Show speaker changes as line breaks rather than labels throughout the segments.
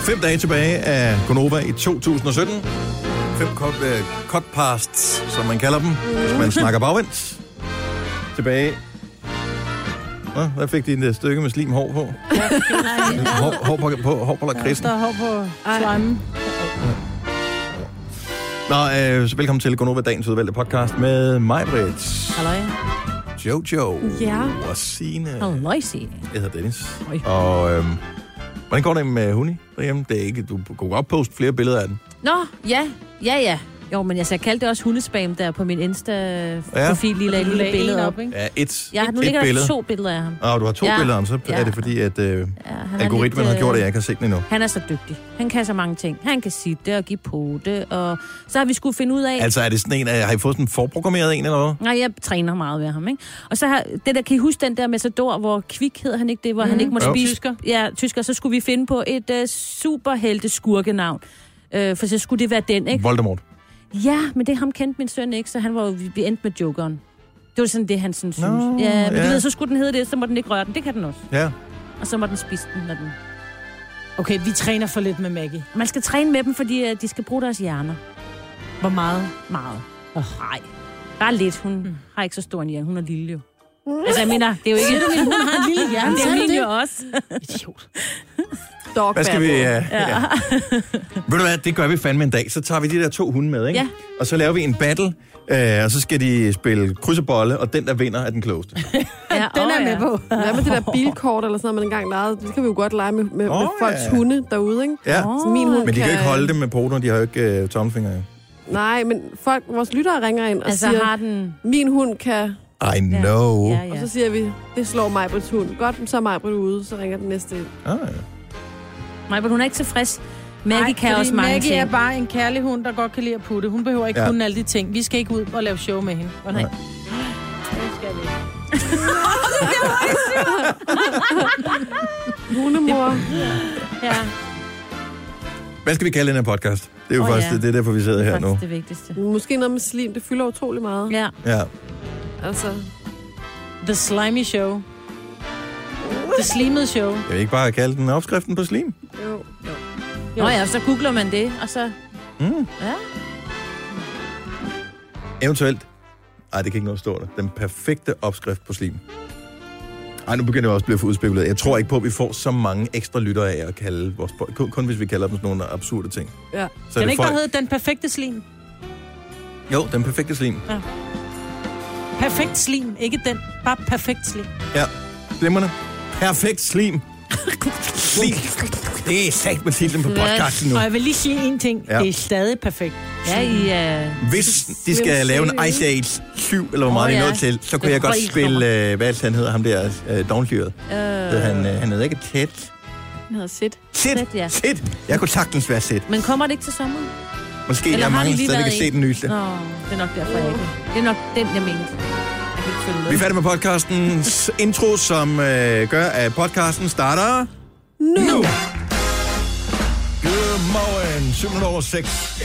Fem dage tilbage af Gonova i 2017. Fem cut, uh, cut pasts, som man kalder dem, hvis man snakker bagvendt. Tilbage. Nå, hvad fik de et stykke med slim hår på? Hår, hår på, på, hår på lakridsen.
Der er hår på slimen.
Nå, øh, så velkommen til Gonova Dagens Udvalgte Podcast med mig, Britt,
Halløj.
Jojo
Ja.
og Signe.
Halløj, Signe.
Jeg hedder Dennis.
Oj.
Og øhm, hvordan går det med Huni derhjemme? Det er ikke, du kunne godt poste flere billeder af den.
Nå, ja, ja, ja. Jo, men altså, jeg kaldte det også hundespam der på min Insta-profil, lige lagde et lille billede op.
Ja, et,
Jeg har nu
et
ligger der
billede.
to billeder af ham.
Og du har to ja.
Ja.
billeder, om, så ja. er
Ja.
det fordi, at øh,
Ja, han er
algoritmen
lidt,
har gjort, at
øh,
jeg ikke har set den endnu.
Han er så dygtig. Han kan så mange ting. Han kan sige det og give på det, og så har vi skulle finde ud af...
Altså, er det sådan en, af- har I fået sådan en forprogrammeret en eller hvad?
Nej, jeg træner meget ved ham, ikke? Og så har, det der, kan I huske den der Matador, hvor kvik hed han ikke det, hvor mm. han ikke måtte
Jo.
spise? Tysker. Ja, tysker. Så skulle vi finde på et uh, superhelte skurkenavn. Øh, for så skulle det være den, ikke?
Voldemort.
Ja, men det ham kendte min søn ikke, så han var jo, vi- vi endte med jokeren. Det var sådan det, han sådan synes.
Nå,
ja, men
ja.
du ved, så skulle den hedde det, så må den ikke røre den. Det kan den også.
Ja.
Og så må den spise den, når den...
Okay, vi træner for lidt med Maggie.
Man skal træne med dem, fordi øh, de skal bruge deres hjerner
Hvor meget?
meget. Oh. Nej, bare lidt. Hun mm. har ikke så stor en hjerne. Hun er lille jo. Altså, jeg mener, det er jo ikke... Siger du, min hund har en lille hjerne? det er min jo også.
Idiot.
Dog,
Hvad skal vi... Øh, ja. ja. Ved du hvad, det gør vi fandme en dag. Så tager vi de der to hunde med, ikke?
Ja.
Og så laver vi en battle, øh, og så skal de spille kryds og bolle, og den, der vinder, er den klogeste.
Ja,
Den
åh,
er med
ja.
på.
Hvad med det der bilkort eller sådan noget, man engang legede? Det kan vi jo godt lege med, med, oh, med
Åh,
folks
ja.
hunde derude, ikke?
Ja.
Så min hund
Men de kan jo ikke holde dem med poter, de har jo ikke øh, tommelfingre. jo.
Nej, men folk, vores lyttere ringer ind og
Altså,
altså, siger,
har den...
min hund kan...
I know.
Ja,
Ja.
Og
ja.
så siger vi, det slår Majbrits hund. Godt, så er Majbrit ude, så ringer den næste ind.
Ah, ja.
Nej, men hun er ikke tilfreds. Maggie Ej,
Nej,
kan
fordi
også mange
Maggie
ting.
er bare en kærlig hund, der godt kan lide at putte. Hun behøver ikke
Ja.
ja. kunne alle de ting. Vi skal ikke ud og lave show med hende. Oh, nej.
Nej.
Hundemor.
Ja.
Hvad skal vi kalde den her podcast? Det er jo
Åh,
oh, faktisk
ja.
ja. det, er derfor, vi sidder
Det er
her nu.
faktisk det vigtigste.
Måske noget med slim, det fylder utrolig meget.
Ja.
Ja.
Altså,
The Slimy Show. The Slimede Show.
Kan vi ikke bare kalde den opskriften på slim?
jo. jo.
Nå ja, så googler man det, og så...
Mm.
Ja.
Eventuelt. Ej, det kan ikke nå at stå der. Den perfekte opskrift på slim. Ej, nu begynder jeg også at blive for udspekuleret. Jeg tror ikke på, at vi får så mange ekstra lytter af at kalde vores... bo- Kun, kun hvis vi kalder dem sådan nogle absurde ting.
Ja.
Kan
Så er
den
det
ikke
folk...
bare hedde Den Perfekte Slim?
Jo, den perfekte slim.
Perfekt Slim, ikke den. Bare Perfekt Slim.
Ja, glimrende. Perfekt slim. slim. Det er sagt med titlen på podcasten nu.
Og jeg vil lige sige en ting.
Ja.
Ja. Det er stadig perfekt.
Ja, i... Uh...
Hvis de skal lave en Ice Age 7, eller hvor meget
Åh,
oh, ja. de
ja.
nåede til, så kunne
Jeg
jeg
tror,
godt
I
spille, øh, hvad er det, han hedder, ham der, øh, dogndyret. Øh.
Øh...
Han, øh, han hedder ikke tæt.
Den hedder Sid.
Sæt,
Sid, ja.
sæt. Jeg kunne sagtens være sæt.
Men kommer det ikke til sommer?
Måske
Eller
der er
har de
mange
lige
steder, der kan
været
se
i?
den nyeste.
Nå, det er nok derfor, jeg ikke... Det er nok den, jeg mente. Jeg kan ikke følge med.
Vi er færdige med podcastens intro, som øh, gør, at podcasten starter nu. nu. Godmorgen, 7 over 6.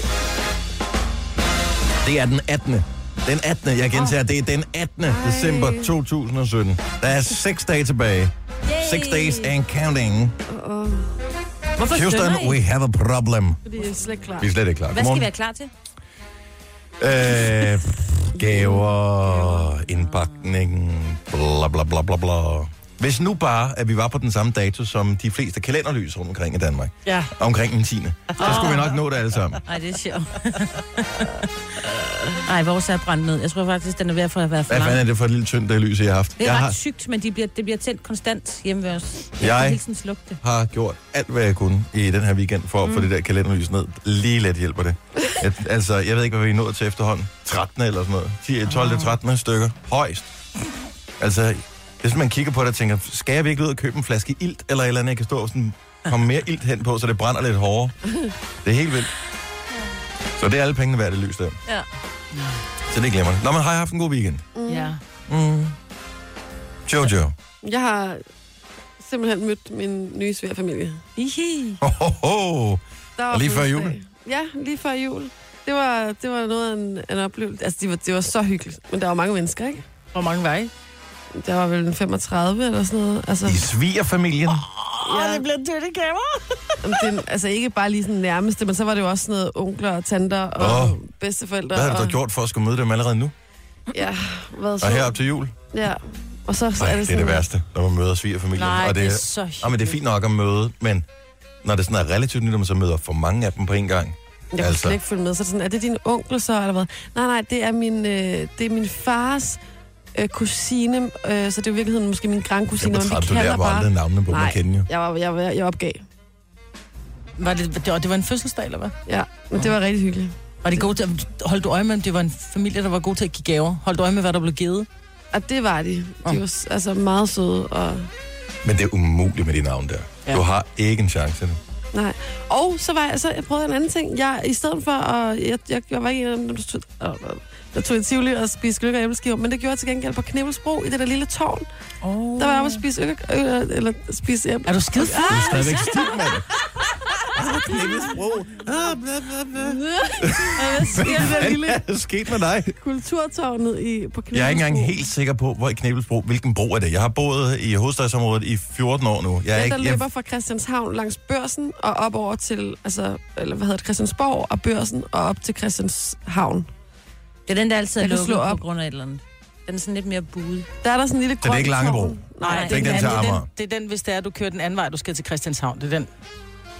Det er den 18. Den 18. Jeg gentager, det er den 18. Ej. december 2017. Der er 6 dage tilbage. 6 days and counting.
Hvorfor
Houston,
synger I?
we have a problem.
Fordi jeg er slet ikke klar.
Vi er slet ikke klar.
Hvad skal vi være klar til?
Øh, gaver, indpakning, bla bla bla bla bla. Hvis nu bare, at vi var på den samme dato som de fleste kalenderlys rundt omkring i Danmark,
Ja.
omkring den 10. Så skulle vi nok nå det alle sammen.
Nej, det er sjovt. Nej, vores er brændt ned. Jeg tror faktisk, den er ved at få- at være for
Hvad
lang.
fanden er det for et lille tyndt det lys, jeg har haft?
Det er
Jeg
ret
har,
sygt, men de bliver, det bliver tændt konstant hjemme ved os. Jeg,
Jeg-
kan hele tiden slukke det.
har gjort alt, hvad jeg kunne i den her weekend for at få det der kalenderlys ned. Lige let hjælper det. Et, altså, jeg ved ikke, hvad vi er nået til efterhånden. 13 eller sådan noget. 10, 12, 13 stykker. Højst. Altså, hvis man kigger på det og tænker, skal jeg virkelig ud og købe en flaske ilt, eller et eller andet, jeg kan stå og sådan, komme mere ilt hen på, så det brænder lidt hårdere. Det er helt vildt. Så det er alle pengene værd, det lys der.
Ja.
Så det glemmer det. Nå, men har jeg haft en god weekend?
Ja.
Mm. Jojo.
Mm. Jeg har simpelthen mødt min nye svigerfamilie.
Ihi.
Ho, ho, ho.
Der
Og lige før
fødselsdag.
jul.
Ja, lige før jul. Det var, det var noget af en, en oplevelse. Altså, det var, det var så hyggeligt. Men der var mange mennesker, ikke?
Hvor mange veje?
Der var vel en 35 eller sådan noget. Altså,
I svigerfamilien.
Ja.
Åh, det bliver dyrt i gaver.
Jamen, det, altså ikke bare lige sådan nærmeste, men så var det jo også sådan noget onkler og tanter og
Åh.
oh. bedsteforældre.
Hvad har du
og,
da gjort for at skulle møde dem allerede nu?
Ja, hvad så?
Og her op til jul?
Ja, og så, så
Nej,
er
det
det
er
sådan...
det værste, når man møder svigerfamilien.
Nej,
og
det er så hyggeligt.
Ja, men det er fint nok at møde, men når det sådan er relativt nyt, og man så møder for mange af dem på en gang.
Jeg
Altså.
kunne slet ikke følge med. Så er det sådan, er det din onkel så, eller hvad? Nej, nej, det er min, øh, det er min fars øh, kusine, øh, så det er jo i virkeligheden måske min
jeg
grandkusine, men
betræder,
vi
altså, du lærer
kalder
bare aldrig
bare...
navnene på, man
Nej.
kender jo.
Jeg, var, jeg, var- jeg opgav.
Var det, det, var- det var en fødselsdag, eller hvad?
Ja, men det var rigtig hyggeligt.
Var det god til, at- holdt du øje med, om det var en familie, der var god til at give gaver? Holdt du øje med, hvad der blev givet?
Og det var de. De
Mm.
var s- altså meget søde, og...
Men det er umuligt med de navn der.
Ja.
Du har ikke en chance.
Nej. Og så var jeg, så jeg prøvede en anden ting. Jeg, i stedet for at... Jeg, jeg, jeg var ikke en af dem, der tog, øh, der tog i Tivoli og spiste gløk og æbleskiver, men det gjorde jeg til gengæld på Knebelsbro i det der lille tårn.
Oh.
Der var jeg oppe og spise øl, øh, eller spise æble.
Er du skide
Du er stadigvæk stiv, mand. Ah, Knippes bro. Ah, bla, bla, bla.
det der lille
Hvad er der sket med dig?
kulturtårnet i, på Knebelsbro.
Jeg er ikke engang helt sikker på, hvor i Knebelsbro, hvilken bro er det. Jeg har boet i hovedstadsområdet i 14 år nu. Jeg er
Ja, der
ikke,
løber
jeg,
fra Christianshavn langs børsen og op over til, altså, eller hvad hedder det, Christiansborg og børsen og op til Christianshavn.
Det er den, der altid er
Jeg kan
lukket
slå
på
op.
grund af et eller andet. Den er sådan lidt mere buet.
Der er der sådan en lille
det
grøn
er ikke Langebro.
tårn. Nej,
det er ikke den til
det, er
Amager.
den, det er den, hvis det er, du kører den anden vej, du skal til Christianshavn. Det er den.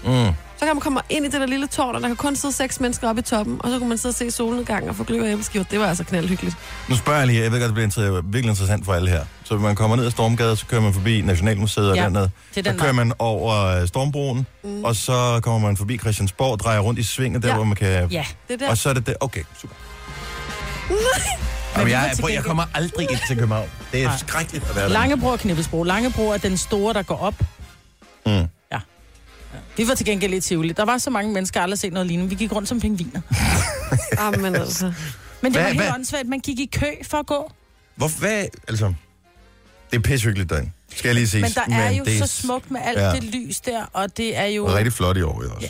Mm.
Så kan man komme ind i det der lille tårn, og der kan kun sidde seks mennesker oppe i toppen, og så kunne man sidde og se solnedgangen og få gløb og æbleskiver. Det var altså knaldhyggeligt.
Nu spørger jeg lige, jeg ved godt, det bliver inter- virkelig interessant for alle her. Så man kommer ned ad Stormgade, så kører man forbi Nationalmuseet og
Ja,
dernede.
det er
Så
den
kører
vej.
man over øh, Stormbroen, mm. og så kommer man forbi Christiansborg, drejer rundt i svinget, der
Ja.
hvor man kan...
Ja.
Det er der.
øh, Og så er det der. Okay, super. Jamen, jeg, jeg, prøv, jeg kommer aldrig ind til København. Det er
Nej.
skrækkeligt at være der.
Langebro og Knippelsbro. Langebro er den store, der går op.
Mm.
Ja. ja. Vi var til gengæld i Tivoli. Der var så mange mennesker, jeg aldrig har set noget lignende. Vi gik rundt som pingviner.
Amen, altså.
Men det
Hvad-
var helt
hvad-
åndssvagt. Man gik i kø for at gå.
Hvor, hvad, altså, det er pissehyggeligt derinde. Skal jeg lige sige.
Men der er jo
det
så smukt med alt
ja.
det lys der, og det er jo...
Rigtig flot i år, jo også.
Ja.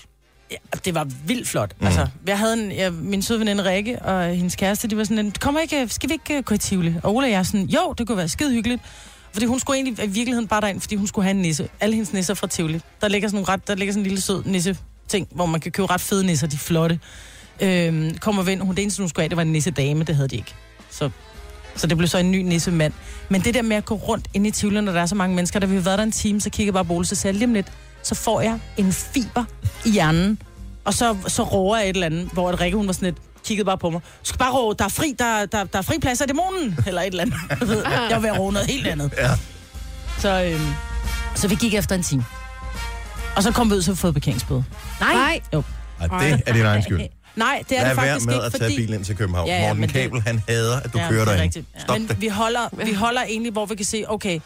Ja, det var vildt flot. Mm. Altså, jeg havde en, jeg, min søde veninde Rikke og hendes kæreste, de var sådan, en, kommer ikke, skal vi ikke øh, gå i Tivoli? Og Ola og jeg er sådan, jo, det kunne være skide hyggeligt. Fordi hun skulle egentlig i virkeligheden bare derind, fordi hun skulle have en nisse. Alle hendes nisser er fra Tivoli. Der ligger sådan, nogle ret, der ligger sådan en lille sød nisse ting, hvor man kan købe ret fede nisser, de er flotte. Øhm, kommer ven, hun det eneste, hun skulle have, det var en nisse dame, det havde de ikke. Så, så det blev så en ny nisse mand. Men det der med at gå rundt inde i Tivoli, når der er så mange mennesker, der vi har været der en time, så kigger jeg bare på Ole, så siger jeg, lige om lidt, så får jeg en fiber i hjernen. Og så, så råber jeg et eller andet, hvor at Rikke, hun var sådan lidt, kiggede bare på mig. Du skal bare råbe, der er fri, der, der, der er fri plads af dæmonen, eller et eller andet. Jeg ved, jeg var ved at råbe noget helt andet.
Ja.
Så, øhm, så vi gik efter en time. Og så kom vi ud, så vi fået parkeringsbøde.
Nej. Nej.
Og det er din egen skyld.
Nej, det er
Lad
det
være
faktisk
med
ikke,
at tage
fordi...
bilen ind til København.
Ja,
Ja,
ja,
ja, Morten
men det-
Kabel, han hader, at du
Ja,
kører
det er
derind.
rigtigt. Ja.
Stop
Men
det.
vi holder, vi holder egentlig, hvor vi kan se, okay,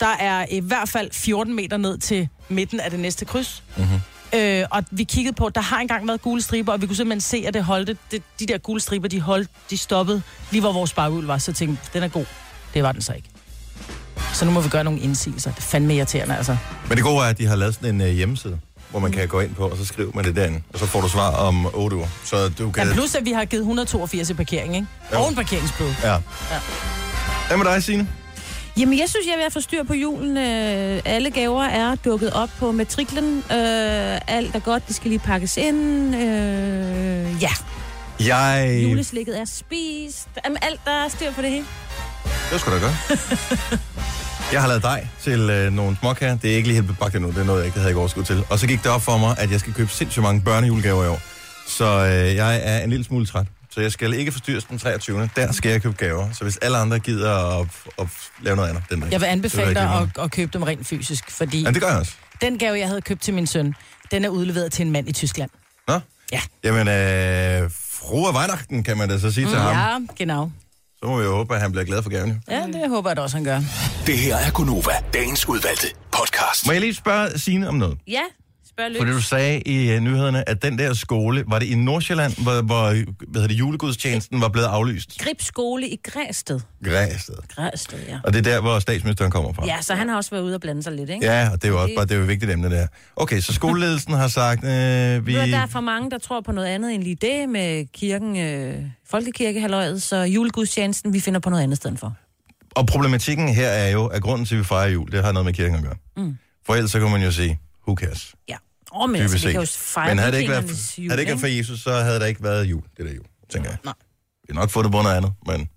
der er i hvert fald 14 meter ned til midten af det næste kryds.
Mhm.
Mm-hmm. Øh, og vi kiggede på, der har engang været gule striber, og vi kunne simpelthen se, at det holdte, det, de der gule striber, de, holdt, de stoppede lige hvor vores baghjul var. Så tænkte vi, den er god. Det var den så ikke. Så nu må vi gøre nogle indsigelser. Det er fandme irriterende, altså.
Men det gode er, at de har lavet sådan en uh, hjemmeside, hvor man kan gå ind på, og så skriver man det derinde. Og så får du svar om 8 uger. Så du kan...
Ja, plus, at vi har givet 182 i parkering, ikke?
Jo.
Og en parkeringsbøde.
Ja. Hvad med dig, Signe?
Jamen, jeg synes, jeg er ved at få styr på julen. Øh, alle gaver er dukket op på matriklen. Øh, alt er godt, det skal lige pakkes ind. Øh, ja,
Jeg...
juleslikket er spist. Jamen, alt der er styr på det hele.
Det var sgu da godt. Jeg har lavet dej til øh, nogle småkager. Det er ikke lige helt bagt endnu. Det er noget, jeg ikke havde ikke overskud til. Og så gik det op for mig, at jeg skal købe sindssygt mange børnejulegaver i år. Så øh, jeg er en lille smule træt. Så jeg skal ikke forstyrres den 23. Der skal jeg købe gaver. Så hvis alle andre gider at, at lave noget andet den dag.
Jeg vil anbefale
Det er
dig
rigtig
at, at købe dem rent fysisk, fordi...
Ja, det gør jeg også.
Den gave, jeg havde købt til min søn, den er udleveret til en mand i Tyskland.
Nå?
Ja.
Jamen, øh, fru af Weihnachten, kan man da så sige til ham.
Mm, Ja, genau.
Så må vi jo håbe, at han bliver glad for gaven. jo.
Ja,
Mm.
det håber jeg da også, han gør.
Det her er Gonova, dagens udvalgte podcast.
Må jeg lige spørge Signe om noget?
Ja, spørg løs.
Fordi du sagde i uh, nyhederne, at den der skole, var det i Nordsjælland, hvor, hvor hvad hedder det, julegudstjenesten var blevet aflyst?
Grib skole i Græsted.
Græsted.
Græsted, ja.
Og det er der, hvor statsministeren kommer fra.
Ja, så han har også været ude og blande sig lidt, ikke?
Ja, og det er jo også bare det er jo et vigtigt emne, det her. Okay, så skoleledelsen har sagt, øh, vi...
Ved du, Der er for mange, der tror på noget andet end lige det med kirken, øh, folkekirkehaløjet, så julegudstjenesten, vi finder på noget andet sted for.
Og problematikken her er jo, at grunden til, at vi fejrer jul, det har noget med kirken at gøre. Mm. For ellers så kunne man jo sige, who cares?
Ja. Åh, men
Dybest
altså, vi
set.
kan jo fejre
Men havde det ikke været,
vikingernes
havde det ikke været for Jesus, så havde der ikke været jul, det der jul, tænker jeg.
Nej.
Det er nok fundet på noget andet, men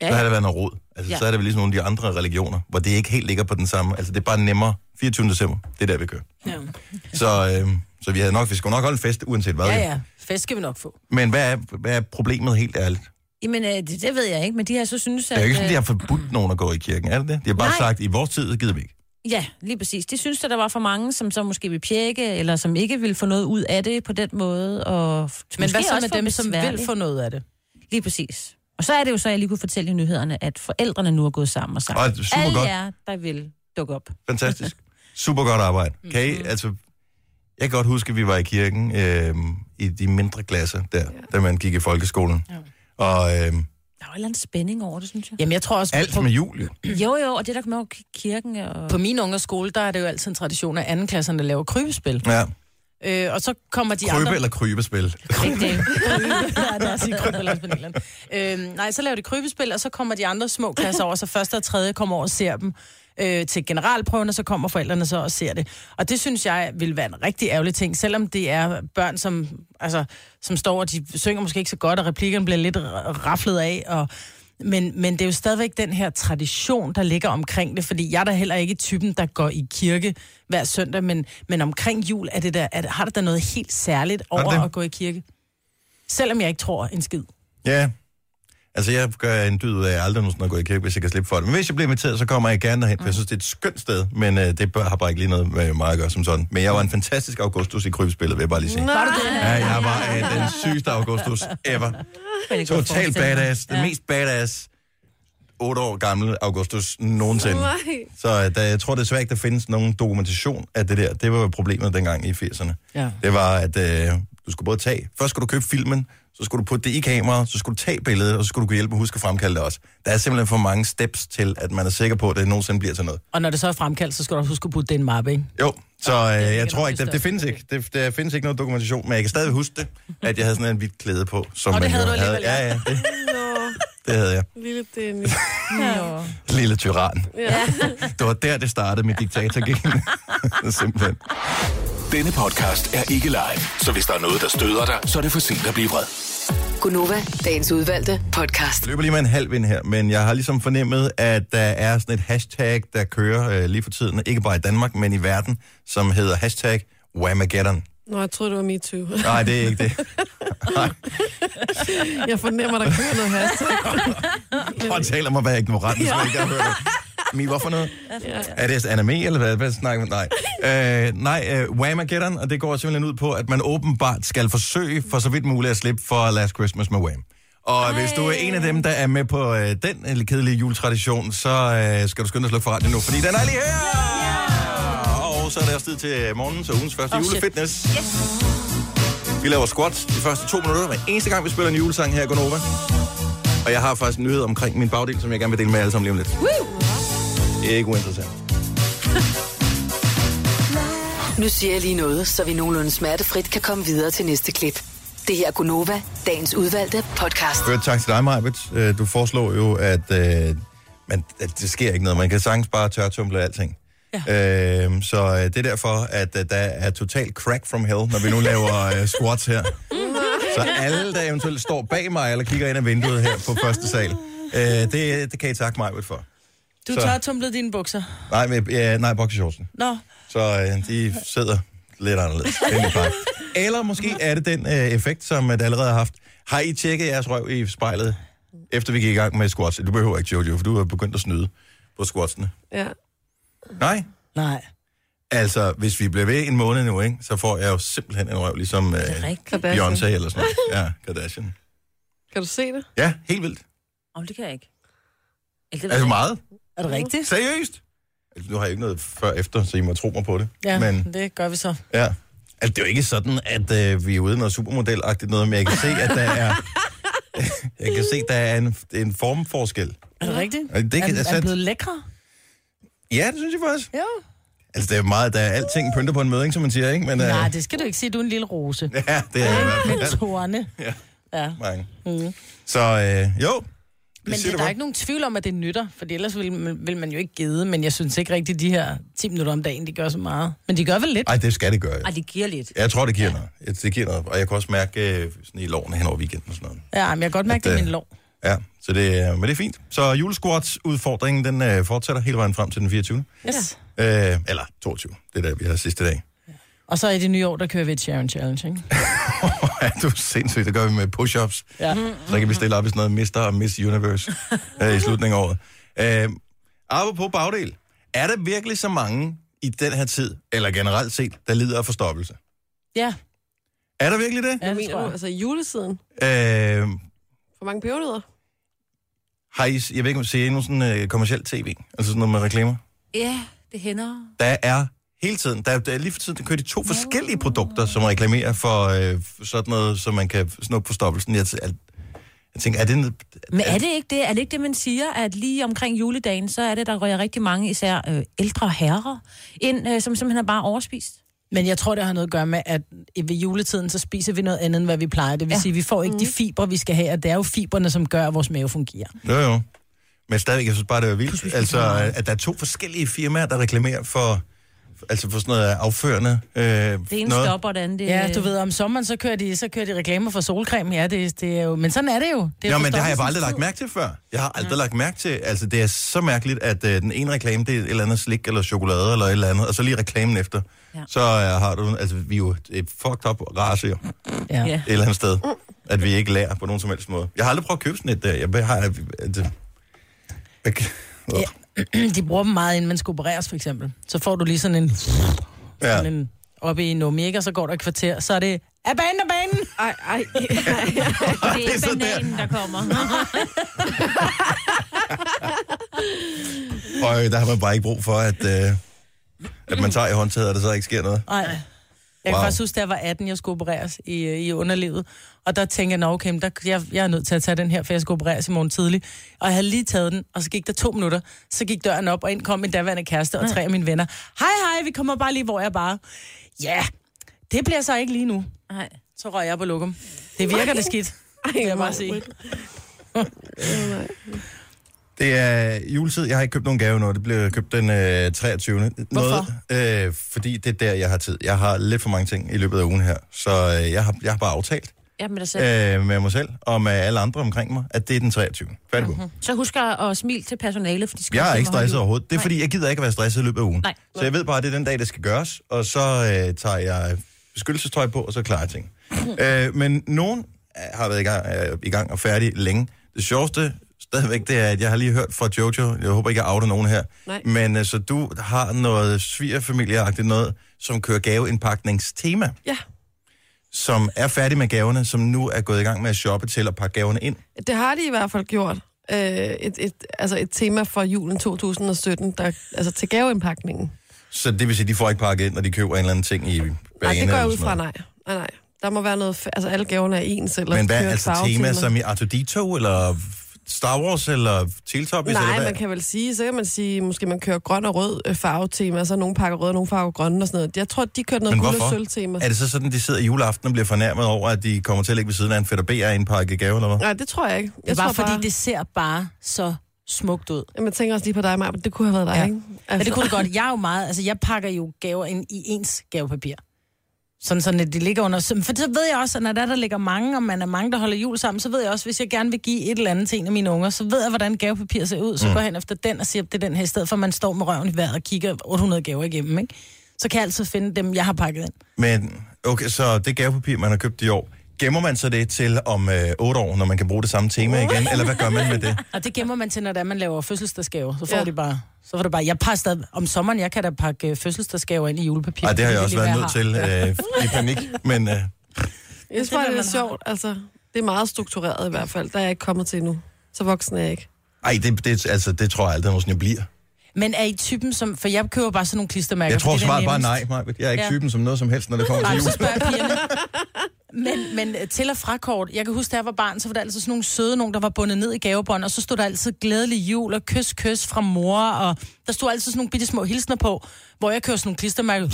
Ja,
så havde
ja.
det været noget rod. Altså,
Ja.
så er det vel ligesom nogle af de andre religioner, hvor det ikke helt ligger på den samme. Altså, det er bare nemmere. 24. december, det er der, vi kører.
Ja.
Så, øh, så vi havde nok, vi skulle nok holde en fest, uanset hvad.
Ja,
jo.
ja. Fest skal vi nok få.
Men hvad er, hvad er problemet helt ærligt?
Jamen, øh, det, det ved jeg ikke, men de her så synes,
Det
at...
er jo ikke sådan, de
øh,
har forbudt nogen at gå i kirken, er det det? De har bare
Nej.
sagt, i vores tid, så gider vi ikke.
øh, Ja, lige præcis. De synes, at der var for mange, som så måske vil pjekke, eller som ikke vil få noget ud af det på den måde. Og
Men
måske
hvad så
også
med
for
dem, som vil
besværligt.
få noget af det?
Lige præcis. Og så er det jo så, jeg lige kunne fortælle i nyhederne, at forældrene nu er gået sammen og sagt,
Og det er super
alle
godt.
jer, der vil dukke op.
Fantastisk. Super godt arbejde. Kan
Mhm.
I, altså, jeg kan godt huske, at vi var i kirken øh, i de mindre klasser der, da man gik i folkeskolen. Og
Der
øh,
er jo en eller anden spænding over det, synes jeg.
Jamen, jeg tror også...
alt
på,
med jul, jo.
Jo, jo, og det der kommer jo k- kirken og...
på min ungers skole, der er det jo altid en tradition, at andenklasserne laver krybespil.
Ja.
Øh, og så kommer de
Krøbe
andre...
eller krybespil.
Ikke det?
ja, det er sige kryb eller også på øh, Nej, så laver de krybespil, og så kommer de andre små klasser over, så første og tredje kommer over og ser dem øh, til generalprøven, og så kommer forældrene så og ser det. Og det synes jeg vil være en rigtig ærgerlig ting, selvom det er børn, som, altså, som står og de synger måske ikke så godt, og replikkerne bliver lidt r- raflet af, og men, men det er jo stadigvæk den her tradition, der ligger omkring det, fordi jeg er da heller ikke typen, der går i kirke hver søndag, men, men omkring jul er det der, er, har det da noget helt særligt
det det?
over at gå i kirke. Selvom jeg ikke tror en skid.
Ja. Altså, jeg gør en dyd ud af, at jeg aldrig nogensinde har gået i kirke, hvis jeg kan slippe for det. Men hvis jeg bliver inviteret, så kommer jeg gerne
Mm.
derhen, for jeg synes, det er et skønt sted. Men øh, det bør- har bare ikke lige noget med mig at gøre som sådan. Men jeg var en fantastisk augustus i krybespillet, vil jeg bare lige sige.
Var du det?
Ja, jeg var øh, den sygeste augustus ever. Total badass. Den mest badass 8 år gamle Augustus nogensinde.
Nej.
Så øh, der, jeg tror desværre ikke, der findes nogen dokumentation af det der. Det var jo problemet dengang i 80'erne.
Ja.
Det var, at øh, du skulle både tage... Først skulle du købe filmen, så skulle du putte det i kameraet, så skulle du tage billedet, og så skulle du kunne hjælpe med at huske at fremkalde det også. Der er simpelthen for mange steps til, at man er sikker på, at det nogensinde bliver til noget.
Og når det så er fremkaldt, så skal du også huske at putte den mappe, ikke?
Jo, så øh, jeg
nok
tror ikke,
det
det, det findes ikke. Det, der findes ikke noget dokumentation, men jeg kan stadig huske det, at jeg havde sådan en hvidt klæde på. Som
Og det
man
havde
jo
du alligevel,
Ja, ja, det,
Nå,
det havde jeg.
lille Dennis.
Ja.
Lille tyran. Det var der, det startede med diktatorgen. Simpelthen.
Denne podcast er ikke live, så hvis der er noget, der støder dig, så er det for sent at blive vred.
Gunova, dagens udvalgte podcast.
løber lige med en halv vind her, men jeg har ligesom fornemmet, at der er sådan et hashtag, der kører øh, lige for tiden, ikke bare i Danmark, men i verden, som hedder hashtag Whamageddon.
Nå, jeg troede, det var MeToo.
Nej, det er ikke det.
Jeg fornemmer, der kører noget hashtag.
Prøv at tale om at være ignorant, hvis man ikke har hørt det. Mi, hvorfor noget? Er det anime, E, eller hvad, hvad snakker man? Nej, øh, nej øh, Whamageddon, og det går simpelthen ud på, at man åbenbart skal forsøge for så vidt muligt at slippe for Last Christmas med Wham. Og Ej. hvis du er en af dem, der er med på øh, den øh, kedelige juletradition, så øh, skal du skynde dig at slukke for radioen nu, fordi den er lige her! Yeah. Og så er der også tid til morgen, så ugens første oh, julefitness. Yes. Vi laver squats de første to minutter, hver eneste gang vi spiller en julesang her i Gonova. Og jeg har faktisk en nyhed omkring min bagdel, som jeg gerne vil dele med jer alle sammen lige om lidt. Det er ikke uinteressant.
Nu siger jeg lige noget, så vi nogenlunde smertefrit kan komme videre til næste klip. Det her er Gunova, dagens udvalgte podcast.
Ført tak til dig, Majbet. Øh, Du foreslår jo, at, øh, man, at det sker ikke noget. Man kan sagtens bare tørtumble alting. Ja. Øhm, så øh, det er derfor, at øh, der er total crack from hell, når vi nu laver øh, squats her. Så alle, der eventuelt står bag mig eller kigger ind ad vinduet her på første sal, øh, det, det kan I takke mig for.
Du
Så-
så. tør tumlet dine bukser.
Nej, men, ja, nej boxershortsen.
Nå,
Så øh, de sidder lidt anderledes end de plejer. Eller måske er det den øh, effekt, som øh, det allerede har haft. Har I tjekket jeres røv i spejlet, efter vi gik i gang med squats? Du behøver ikke, Jojo, for du har begyndt at snyde på squatsene.
Ja.
Nej,
nej.
altså hvis vi bliver ved en måned nu, ikke, så får jeg jo simpelthen en røv, ligesom øh,
Kardashian.
Beyoncé eller sådan noget. Ja, Kardashian.
Kan du se det?
Ja, helt vildt.
Om det kan jeg ikke. Eller det ved
Altså
jeg
meget.
Er det rigtigt?
Seriøst? Altså, Nu har jeg ikke noget før og efter, så I må tro mig på det.
Ja,
Men
men... det gør vi så.
Ja. Altså, det er jo ikke sådan, at øh, vi er ude i noget supermodel-agtigt noget, men jeg kan se, at der er... jeg kan se, der er en, en formforskel.
Er det rigtigt?
Og det kan-
er, den- er
altså-
den blevet lækre?
Ja, det synes jeg faktisk.
Ja.
Altså, det er meget, der er alting pynter på en møde, ikke, som man siger, ikke? Men, øh,
Nej, det skal du ikke sige. Du er en lille rose.
Ja, det er i hvert fald
Tårne.
Ja.
Ja.
mange. Mm. Så øh, jo,
Men det,
siger du
der er
godt.
ikke nogen tvivl om, at det nytter, for ellers vil, man- vil man jo ikke gide, men jeg synes ikke rigtigt, de her 10 minutter om dagen, de gør så meget. Men de gør vel lidt.
Ej, det skal det gøre. ja.
Ej, det giver lidt.
Jeg tror, det giver noget. Jeg- Det giver noget. Og jeg kan også mærke øh, sådan i lovene hen over weekenden og sådan noget.
Ja, men jeg kan godt mærke,
At,
det er
øh,
min lov.
Ja, så det, er- men det er fint. Så julesquats udfordringen den øh, fortsætter hele vejen frem til den 24.
Yes.
Øh, eller 22. Det er der, vi har sidste dag.
Og så i det nye år, der kører vi et Sharon Challenge, ikke?
ja, du er sindssygt. Det gør vi med push-ups.
Ja.
Så kan vi stille op i sådan noget Mr. og Miss Universe øh, i slutningen af året. Øh, Arbejde på bagdel. Er der virkelig så mange i den her tid, eller generelt set, der lider af forstoppelse?
Ja,
Er der virkelig det?
ja
Hvad
det tror
mener du?
jeg.
Altså i julesiden?
Ja. Øh,
For mange pebernødder?
har I, jeg ved ikke, om ser I nu sådan øh, kommersiel tv? Altså sådan noget med reklamer?
Ja, det hænder.
der er hele tiden, der, der er lige for tiden, der kører de to forskellige produkter, som reklamerer for øh, sådan noget, som man kan snuppe på stoppelsen. Jeg, t- jeg, jeg tænker, er det... en-
Men er det ikke det, er det ikke det, man siger, at lige omkring juledagen, så er det, der rører rigtig mange, især øh, ældre herrer, ind, øh, som simpelthen er bare overspist?
Men jeg tror, det har noget at gøre med, at ved juletiden, så spiser vi noget andet, end hvad vi plejer. Det vil ja. sige, vi får ikke mm. de fibre, vi skal have, og det er jo fiberne, som gør, at vores mave fungerer.
Jo, jo. Men stadigvæk, jeg synes bare, det er vildt. Altså, at der er to forskellige firmaer, der reklamerer for, altså for sådan noget afførende øh,
Det ene
noget.
stopper, det andet...
Ja, du ved, om sommeren, så kører de, så kører de reklamer for solcreme. Ja, det, det er jo... Men sådan er det jo. Det er
Ja, men det har jeg bare
forstoppelsens
aldrig lagt
tid.
mærke til før. Jeg har aldrig ja. lagt mærke til, altså det er så mærkeligt, at øh, den ene reklame, det er et eller andet slik eller chokolade eller et eller andet, og så lige reklamen efter. Ja.
Ja.
Så øh, har du, altså vi er jo et fucked up race jo.
Ja.
Ja.
et eller andet sted, at vi ikke lærer på nogen som helst måde. Jeg har aldrig prøvet at købe sådan et der. Jeg altså, har... At, at, at,
De bruger dem meget, inden man skal opereres, for eksempel. Så får du lige sådan en...
ja.
Sådan en oppe i nummi, ikke? Og så går der et kvarter, så er det... Af banen, af banen!
Ej, ej.
det er
er sådan der.
bananen, der kommer.
Og øh, der har man bare ikke brug for, at, øh, at man tager i håndtaget, og der så ikke sker noget.
Ej. Jeg kan
Wow.
wow. faktisk huske, da jeg var 18, jeg skulle opereres i, øh, i underlivet. Og der tænkte jeg, "Nå, okay, men der, jeg, jeg er nødt til at tage den her, for jeg skal opereres i morgen tidlig. Og jeg havde lige taget den, og så gik der to minutter. Så gik døren op, og ind kom min daværende kæreste og tre af mine venner. Hej, hej, vi kommer bare lige, hvor jeg bare... Ja, yeah, det bliver så ikke lige nu.
Nej.
Så røg jeg på lokum. Det virker det skidt, kan jeg bare sige.
Det er juletid. Jeg har ikke købt nogen gave nu. Det bliver købt den øh, 23. Noget, øh, fordi det er der, jeg har tid. Jeg har lidt for mange ting i løbet af ugen her. Så øh, jeg, har, jeg har bare aftalt
Ja, men altså,
øh, med mig selv og med alle andre omkring mig, at det er den 23. Færdig mm-hmm.
så husk at at smile til personalet, for de skal
Jeg er
se,
ikke
hvor højt
stresset
du-
overhovedet. Det er fordi, jeg gider ikke at være stresset i løbet af ugen.
Nej.
Så jeg ved bare, at det er den dag, det skal gøres, og så øh, tager jeg beskyttelsestøj på, og så klarer jeg ting. øh, men nogen øh, har været i gang, øh, i gang og færdig længe. Det sjoveste stadigvæk, det er, at jeg har lige hørt fra Jojo, jeg håber ikke, jeg outer nogen her,
Nej.
men øh, så du har noget svigerfamilieagtigt noget, som kører gaveindpakningstema,
Ja,
som er færdig med gaverne, som nu er gået i gang med at shoppe til og pakke gaverne ind.
det har de i hvert fald gjort. Øh, et, et, altså et tema for julen 2017, der, altså til gaveindpakningen.
Så det vil sige, at de får ikke pakket ind, når de køber en eller anden ting i
Nej,
Bagene
det går jeg
eller
ud
sådan
fra,
noget.
nej. Nej, nej. Der må være noget... fa- Altså, alle gaverne er ens, eller
Men hvad
kører
er
et
altså
farvetema.
tema, som i Artudito, eller Star Wars, eller Teletubbies, eller
Nej,
hvad?
man kan vel sige, så kan man sige, måske man kører grøn og rød øh, farvetema, så nogle pakker rød, og nogle farver grønne og sådan noget. Jeg tror, de kørte noget
Men
guld og
hvorfor?
sølv tema.
Er det så sådan, de sidder juleaften og bliver fornærmet over, at de kommer til at ligge ved siden af en fedt og BR indpakket gave, eller hvad?
Nej, det tror jeg ikke. Jeg
Det var
tror bare,
fordi, det ser bare så smukt ud.
Jamen, jeg tænker også lige på dig, Maja, men det kunne have været dig,
Ja.
ja. ikke?
Men det kunne det godt. Jeg er jo meget, altså jeg pakker jo gaver ind i ens gavepapir. Sådan, sådan at de ligger under. så- For så ved jeg også, at når der, er, der ligger mange, og man er mange, der holder jul sammen, så ved jeg også, hvis jeg gerne vil give et eller andet til en af mine unger, så ved jeg, hvordan gavepapir ser ud. Så
Mm.
går jeg hen efter den og siger, at det er den her, i stedet for at man står med røven i vejret og kigger 800 gaver igennem, ikke? Så kan jeg altid finde dem, jeg har pakket ind.
Men okay, så det gavepapir, man har købt i år, gemmer man så det til om øh, 8 år, når man kan bruge det samme tema igen, eller hvad gør man med det?
Og det gemmer man til, når det er, man laver fødselsdagsgaver. Så får
Ja.
ja. de bare... Så får det bare... Jeg pakker stadig... Om sommeren, jeg kan da pakke øh, fødselsdagsgaver ind i julepapir.
Ej, det har jeg
er
også
lige,
været
hvad
nødt
har.
til øh, i panik, men... Øh,
Jeg tror, det er sjovt. Altså, det er meget struktureret i hvert fald. Der er jeg ikke kommet til endnu. Så voksen er jeg ikke.
ej, det, det, altså, det tror jeg aldrig nogensinde, jeg bliver.
Men er I typen som... For jeg køber bare sådan nogle klistermærker.
Jeg tror
fordi det er
svaret bare er
nemmest.
nej, Majbrit. Jeg er ikke
Ja.
typen som noget som helst, når det kommer til
Nej,
jul.
så spørger jeg pigerne. Men, men øh, til og fra kort, jeg kan huske, da jeg var barn, så var der altid sådan nogle søde nogen, der var bundet ned i gavebånd, og så stod der altid glædelig jul og kys, kys fra mor, og der stod altid sådan nogle bitte små hilsner på, hvor jeg kører sådan nogle klistermærker,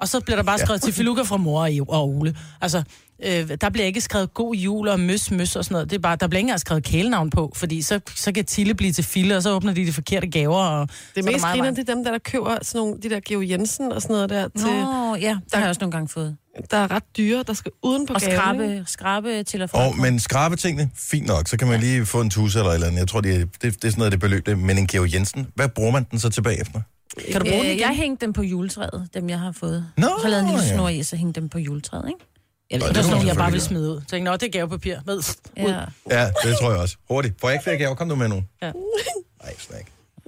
og så bliver der bare skrevet til Filuka fra mor og- og Ole. Altså, Øh, der bliver ikke skrevet god jul og møs, møs og sådan noget. Det er bare, der bliver ikke engang skrevet kælenavn på, fordi så, så kan Tille blive til Fille, og så åbner de de forkerte gaver. Og
Det
så er
mest
meget
griner,
vej.
det er dem, der, der køber sådan nogle, de der Geo Jensen og sådan noget der, til,
Nå, ja, det har jeg også nogle gange fået.
der er ret dyre, der skal uden på
Og
gaven. ikke?
skrabe, skrabe til at få.
Og, men skrabe tingene, fint nok. Så kan man lige få en tusse eller et eller andet. Jeg tror, det, er- det, det er sådan noget, det beløb. det er. Men en Georg Jensen, hvad bruger man den så tilbage efter?
Kan du bruge
Øh,
den igen?
jeg hængte dem på juletræet, dem jeg har fået.
Nå,
så lavede en lille
ja.
snor i, så hængte dem på juletræet, ikke? Jeg ved,
Nå,
Det er sådan
må man
noget, jeg bare vil
selvfølgelig
smide ud. Så tænkte, nå, det er gavepapir. Med. Ud.
ja.
Ja, det tror jeg også. Hurtigt. Får jeg ikke flere gaver? Kom nu med nu.
Ja.
Nej, snak.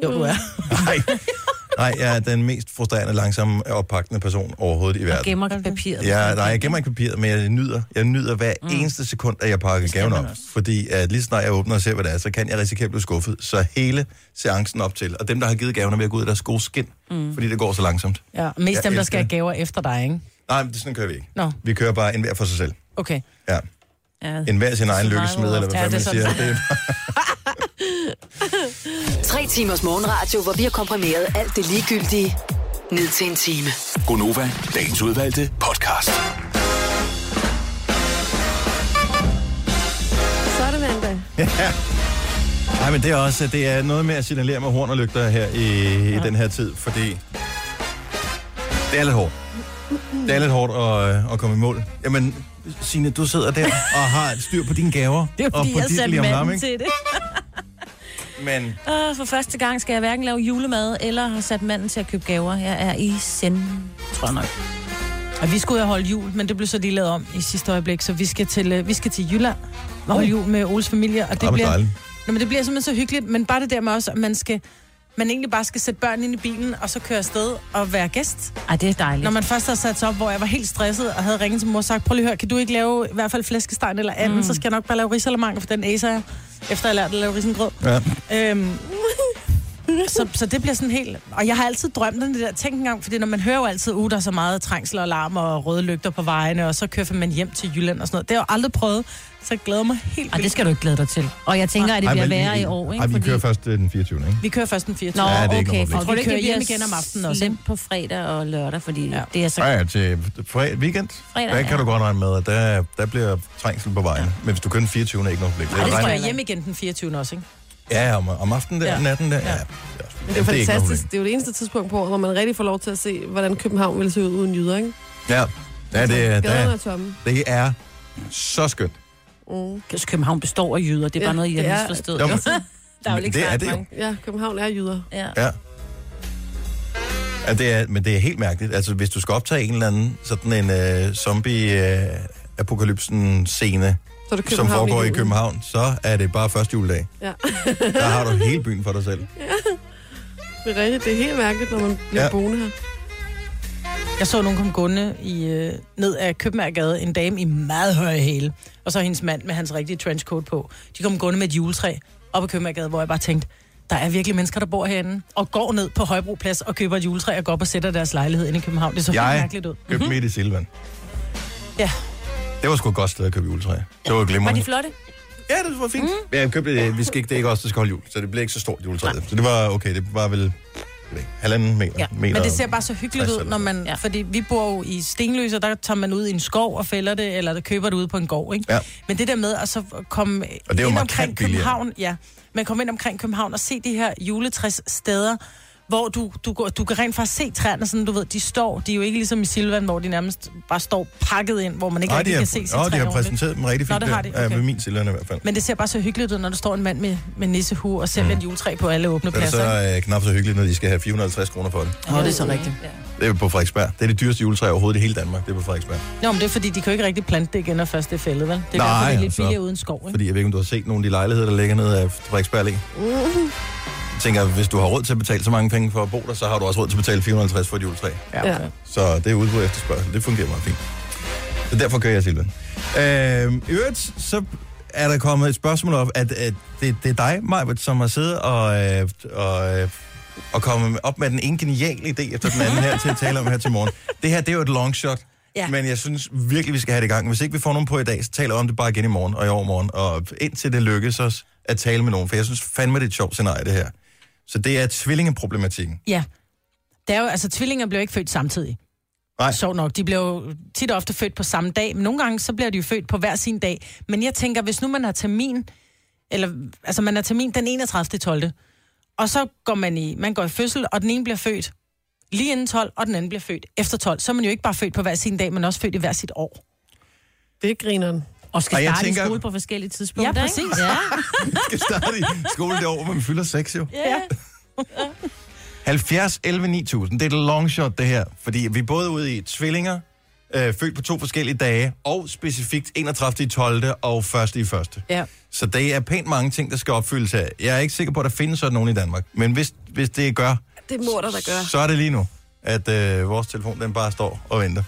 Jo, du er.
Nej. Nej, jeg er den mest frustrerende, langsomme og oppakkende person overhovedet i verden.
Gemmer papiret.
Ja, nej, jeg gemmer ikke papiret, men jeg nyder, jeg nyder hver mm. eneste sekund, at jeg pakker gaven op. Fordi at lige så snart jeg åbner og ser, hvad det er, så kan jeg risikere at blive skuffet. Så hele seancen op til, og dem, der har givet gaven, er ved at gå ud af deres gode skin, mm. fordi det går så langsomt.
Ja, mest
Jeg
dem, der
elsker
skal have
det.
gaver efter dig, ikke?
Nej, men det sådan kører vi ikke.
Nå.
Vi kører bare en hver for sig selv.
Okay.
Ja.
Ja.
En hver sin
meget
egen lykkesmed, eller hvad
Ja,
fanden man
det er
siger.
sådan.
Det er,
Tre timers morgenradio, hvor vi har komprimeret alt det ligegyldige ned til en time.
Gonova, dagens udvalgte podcast.
Så er det mandag.
Nej, men det er også det er noget med at signalere med horn og lygter her i, i den her tid, fordi det er lidt hårdt. Det er lidt hårdt at, øh, at komme i mål. Jamen, Signe, du sidder der og har et styr på dine gaver.
Det er
og
fordi,
på
jeg
dit
satte
lige om
manden
lidt,
ham,
ikke?
til det.
Men
Og for første gang skal jeg hverken lave julemad, eller har sat manden til at købe gaver. Jeg er i send, tror jeg nok.
Og vi skulle jo holde jul, men det blev så lige lavet om i sidste øjeblik, så vi skal til, øh, vi skal til Jylland og holde jul med Oles familie. Og det,
det bliver...
bliver,
Uh. dejligt.
nå, men det bliver simpelthen så hyggeligt, men bare det der med også, at man skal man egentlig bare skal sætte børn ind i bilen, og så køre afsted og være gæst.
Ej, det er dejligt.
Når man først har sat sig op, hvor jeg var helt stresset, og havde ringet til mor og sagt, prøv lige at høre, kan du ikke lave i hvert fald flæskesteg eller anden, mm. så skal jeg nok bare lave risalamande for den æser jeg, efter jeg lærte at lave risengrød.
Ja.
Øhm, så, så det bliver sådan helt... Og jeg har altid drømt om det der. Tænk engang, fordi når man hører jo altid, uh, der er så meget trængsel og larm og røde lygter på vejene, og så kører man hjem til Jylland og sådan noget. Det har jeg aldrig prøvet, så jeg glæder mig helt
Ej, det skal du ikke glæde dig til. Og jeg tænker, at det
Ej,
bliver
men
værre i år, ikke?
Ej, vi kører først øh, den 24. Ikke?
Vi kører først den 24.
Nå,
Ja, det er ikke
okay.
noget
For jeg
Tror
problem.
tror,
du
det
ikke,
kører
vi er
hjem
hjem
igen om aftenen også,
ikke?
på fredag og lørdag, fordi
Ja.
ja. det er så...
Ja, ja, til fred- weekend.
Fredag,
der kan
ja.
du godt regne med, at der, der bliver trængsel på vejen. Ja. Men hvis du kører den 24. er ikke noget problem.
Og det
regner-
skal jeg hjem igen den 24. også, ikke?
Ja, om, om aftenen der,
Ja.
ja. natten der. Ja.
Ja.
Ja. Ja.
Men det er
ikke noget
fantastisk. Det er jo det eneste tidspunkt på året, hvor man rigtig får lov til at se, hvordan København ville se ud uden jyder, ikke?
problem. Ja, ja det, er- der,
Gaderne
er-
er tomme.
det er så skønt.
Mm.
København består af jyder. Det er
Ja,
bare noget, jeg
det er-
har misforstået.
Jo, men-
Der er jo ikke
det er
snart
det jo.
mange.
Ja, København er jyder.
Ja.
Ja. ja det er, men det er helt mærkeligt. Altså, hvis du skal optage en eller anden sådan en øh, zombie-apokalypsen-scene,
Så er det
som
København
foregår i
julen.
København, så er det bare første juledag.
Ja.
Der har du hele byen for dig selv.
Det er rigtigt. Det er helt mærkeligt, når man bliver
Ja.
ja. boende her.
Jeg så nogen komme gående i, øh, ned af Købmagergade, en dame i meget høje hæle, og så hendes mand med hans rigtige trenchcoat på. De kom gående med et juletræ op ad Købmagergade, hvor jeg bare tænkte, der er virkelig mennesker, der bor herinde, og går ned på Højbro Plads og køber et juletræ og går op og sætter deres lejlighed inde i København. Det så helt
Jeg
mærkeligt ud. Mhm.
købte midt i Silvan.
Ja.
Det var sgu et godt sted at købe juletræ. Det var
Var de
glimrende.
flotte?
Ja, det var fint. Mm. Jeg købte det. Vi skal ikke, det er ikke også, der skal holde jul, så det blev ikke så stort juletræet. Så det var okay. Det var vel jeg ved ikke, halvanden meter.
Ja.
meter
Men det ser bare så hyggeligt
60
ud,
eller
når man, ja. fordi vi bor jo i Stenløse, og der tager man ud i en skov og fælder det, eller der køber det ude på en gård, ikke?
Ja.
Men det der med at så komme
Og det er jo
ind
markant
omkring
billigere.
København, ja, man kommer ind omkring København og se de her juletræs steder, hvor du, du, går, du kan rent faktisk se træerne, sådan du ved, de står, de er jo ikke ligesom i Silvan, hvor de nærmest bare står pakket ind, hvor man ikke
Nej, de
rigtig
har,
kan se sit
åh, de
træ
har
ordentligt.
præsenteret dem rigtig
Nå,
fint
det har
der.
de, okay.
Ja, ved min Silvan i hvert fald.
Men det ser bare så hyggeligt ud, når der står en mand med, med nissehue og selv mm. et juletræ på alle åbne
Så er det
pladser. ikke?
så øh, knap så hyggeligt, når de skal have 450 kroner for det.
Nå, det er så rigtigt.
Ja.
Det er på Frederiksberg. Det er det dyreste juletræ overhovedet i hele Danmark. Det er på Frederiksberg.
Nå, men det er fordi, de kan jo ikke rigtig plante det igen, når først det er fældet, vel? Det er
Nej,
derfor, det er lidt
altså.
billigere uden skov, ikke?
Fordi jeg ved ikke, om du har set nogle af de lejligheder, der ligger nede af Frederiksberg Allé. Jeg
Uh-huh.
tænker, hvis du har råd til at betale så mange penge for at bo der, så har du også råd til at betale 450 for et juletræ.
Ja.
Så det er udbud og efterspørgsel. Det fungerer meget fint. Så derfor kører jeg Silvan. Øh, I øvrigt, så er der kommet et spørgsmål op, at, at det, det er dig, Majbert, som har siddet og, øh, og, øh, og kommet op med den ene geniale idé efter den anden her til at tale om her til morgen. Det her, det er jo et long shot. Ja.
Ja.
Men jeg synes virkelig, vi skal have det i gang. Hvis ikke vi får nogen på i dag, så taler vi om det bare igen i morgen og i overmorgen. Og indtil det lykkes os at tale med nogen. For jeg synes fandme, det er et sjovt scenarie, det her. Så det er tvillingeproblematikken.
Ja. Det er jo, altså, tvillinger bliver jo ikke født samtidig.
Nej.
Sjovt nok, de bliver jo tit og ofte født på samme dag, men nogle gange så bliver de jo født på hver sin dag. Men jeg tænker, hvis nu man har termin, eller altså man har termin den 31. 12. Og så går man i, man går i fødsel, og den ene bliver født lige inden 12, og den anden bliver født efter 12. Så er man jo ikke bare født på hver sin dag, men også født i hver sit år.
Det er grineren.
Og skal
Og jeg
starte tænker...
tænker-
i skole på forskellige tidspunkter,
Ja, præcis.
Ikke? Ja.
skal starte i skole det år, hvor man fylder 6 jo.
ja.
70, 11, 9000. Det er et long shot, det her. Fordi vi er både ude i tvillinger, øh, født på to forskellige dage, og specifikt 31. i 12. og 1. i 1.
Ja.
Så det er pænt mange ting, der skal opfyldes her. Jeg er ikke sikker på, at der findes sådan nogen i Danmark. Men hvis, hvis det gør,
Det må der, der gør.
så er det lige nu, at øh, vores telefon den bare står og venter.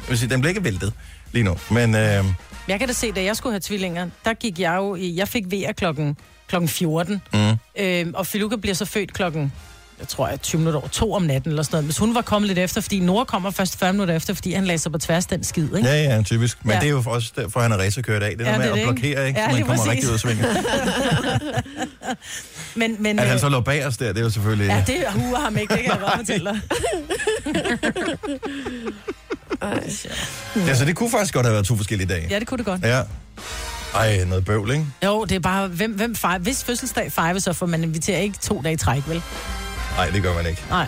Jeg vil sige, den bliver ikke væltet lige nu. Men øh,
Jeg kan da se, da jeg skulle have tvillinger, der gik jeg jo i, jeg fik vejr klokken, klokken 14. Mm. Øhm, og Filuka bliver så født klokken, jeg tror, jeg 20 minutter over to om natten eller sådan noget. Hvis hun var kommet lidt efter, fordi Nora kommer først 40 minutter efter, fordi han lagde sig på tværs den skid, ikke? Ja.
ja, ja, typisk. Men ja.
Ja.
det er jo også derfor, han er racerkører i dag. Det er
Ja,
ja, med
det er
at
det, ikke?
blokere, ikke?
Ja,
så man
lige
kommer
præcis.
rigtig ud af svingen.
Men, men,
At han
øh,
så lå bag os der, det er jo selvfølgelig...
ja, det huer ham ikke, det kan jeg godt fortælle dig.
Ja, så det kunne faktisk godt have været to forskellige dage.
Ja, det kunne det godt.
Ja. Ej, noget bøvl, ikke?
Jo, det er bare, hvem, hvem fejrer, hvis fødselsdag fejrer så, for man inviterer ikke to dage i træk, vel?
Nej, det gør man ikke.
Nej,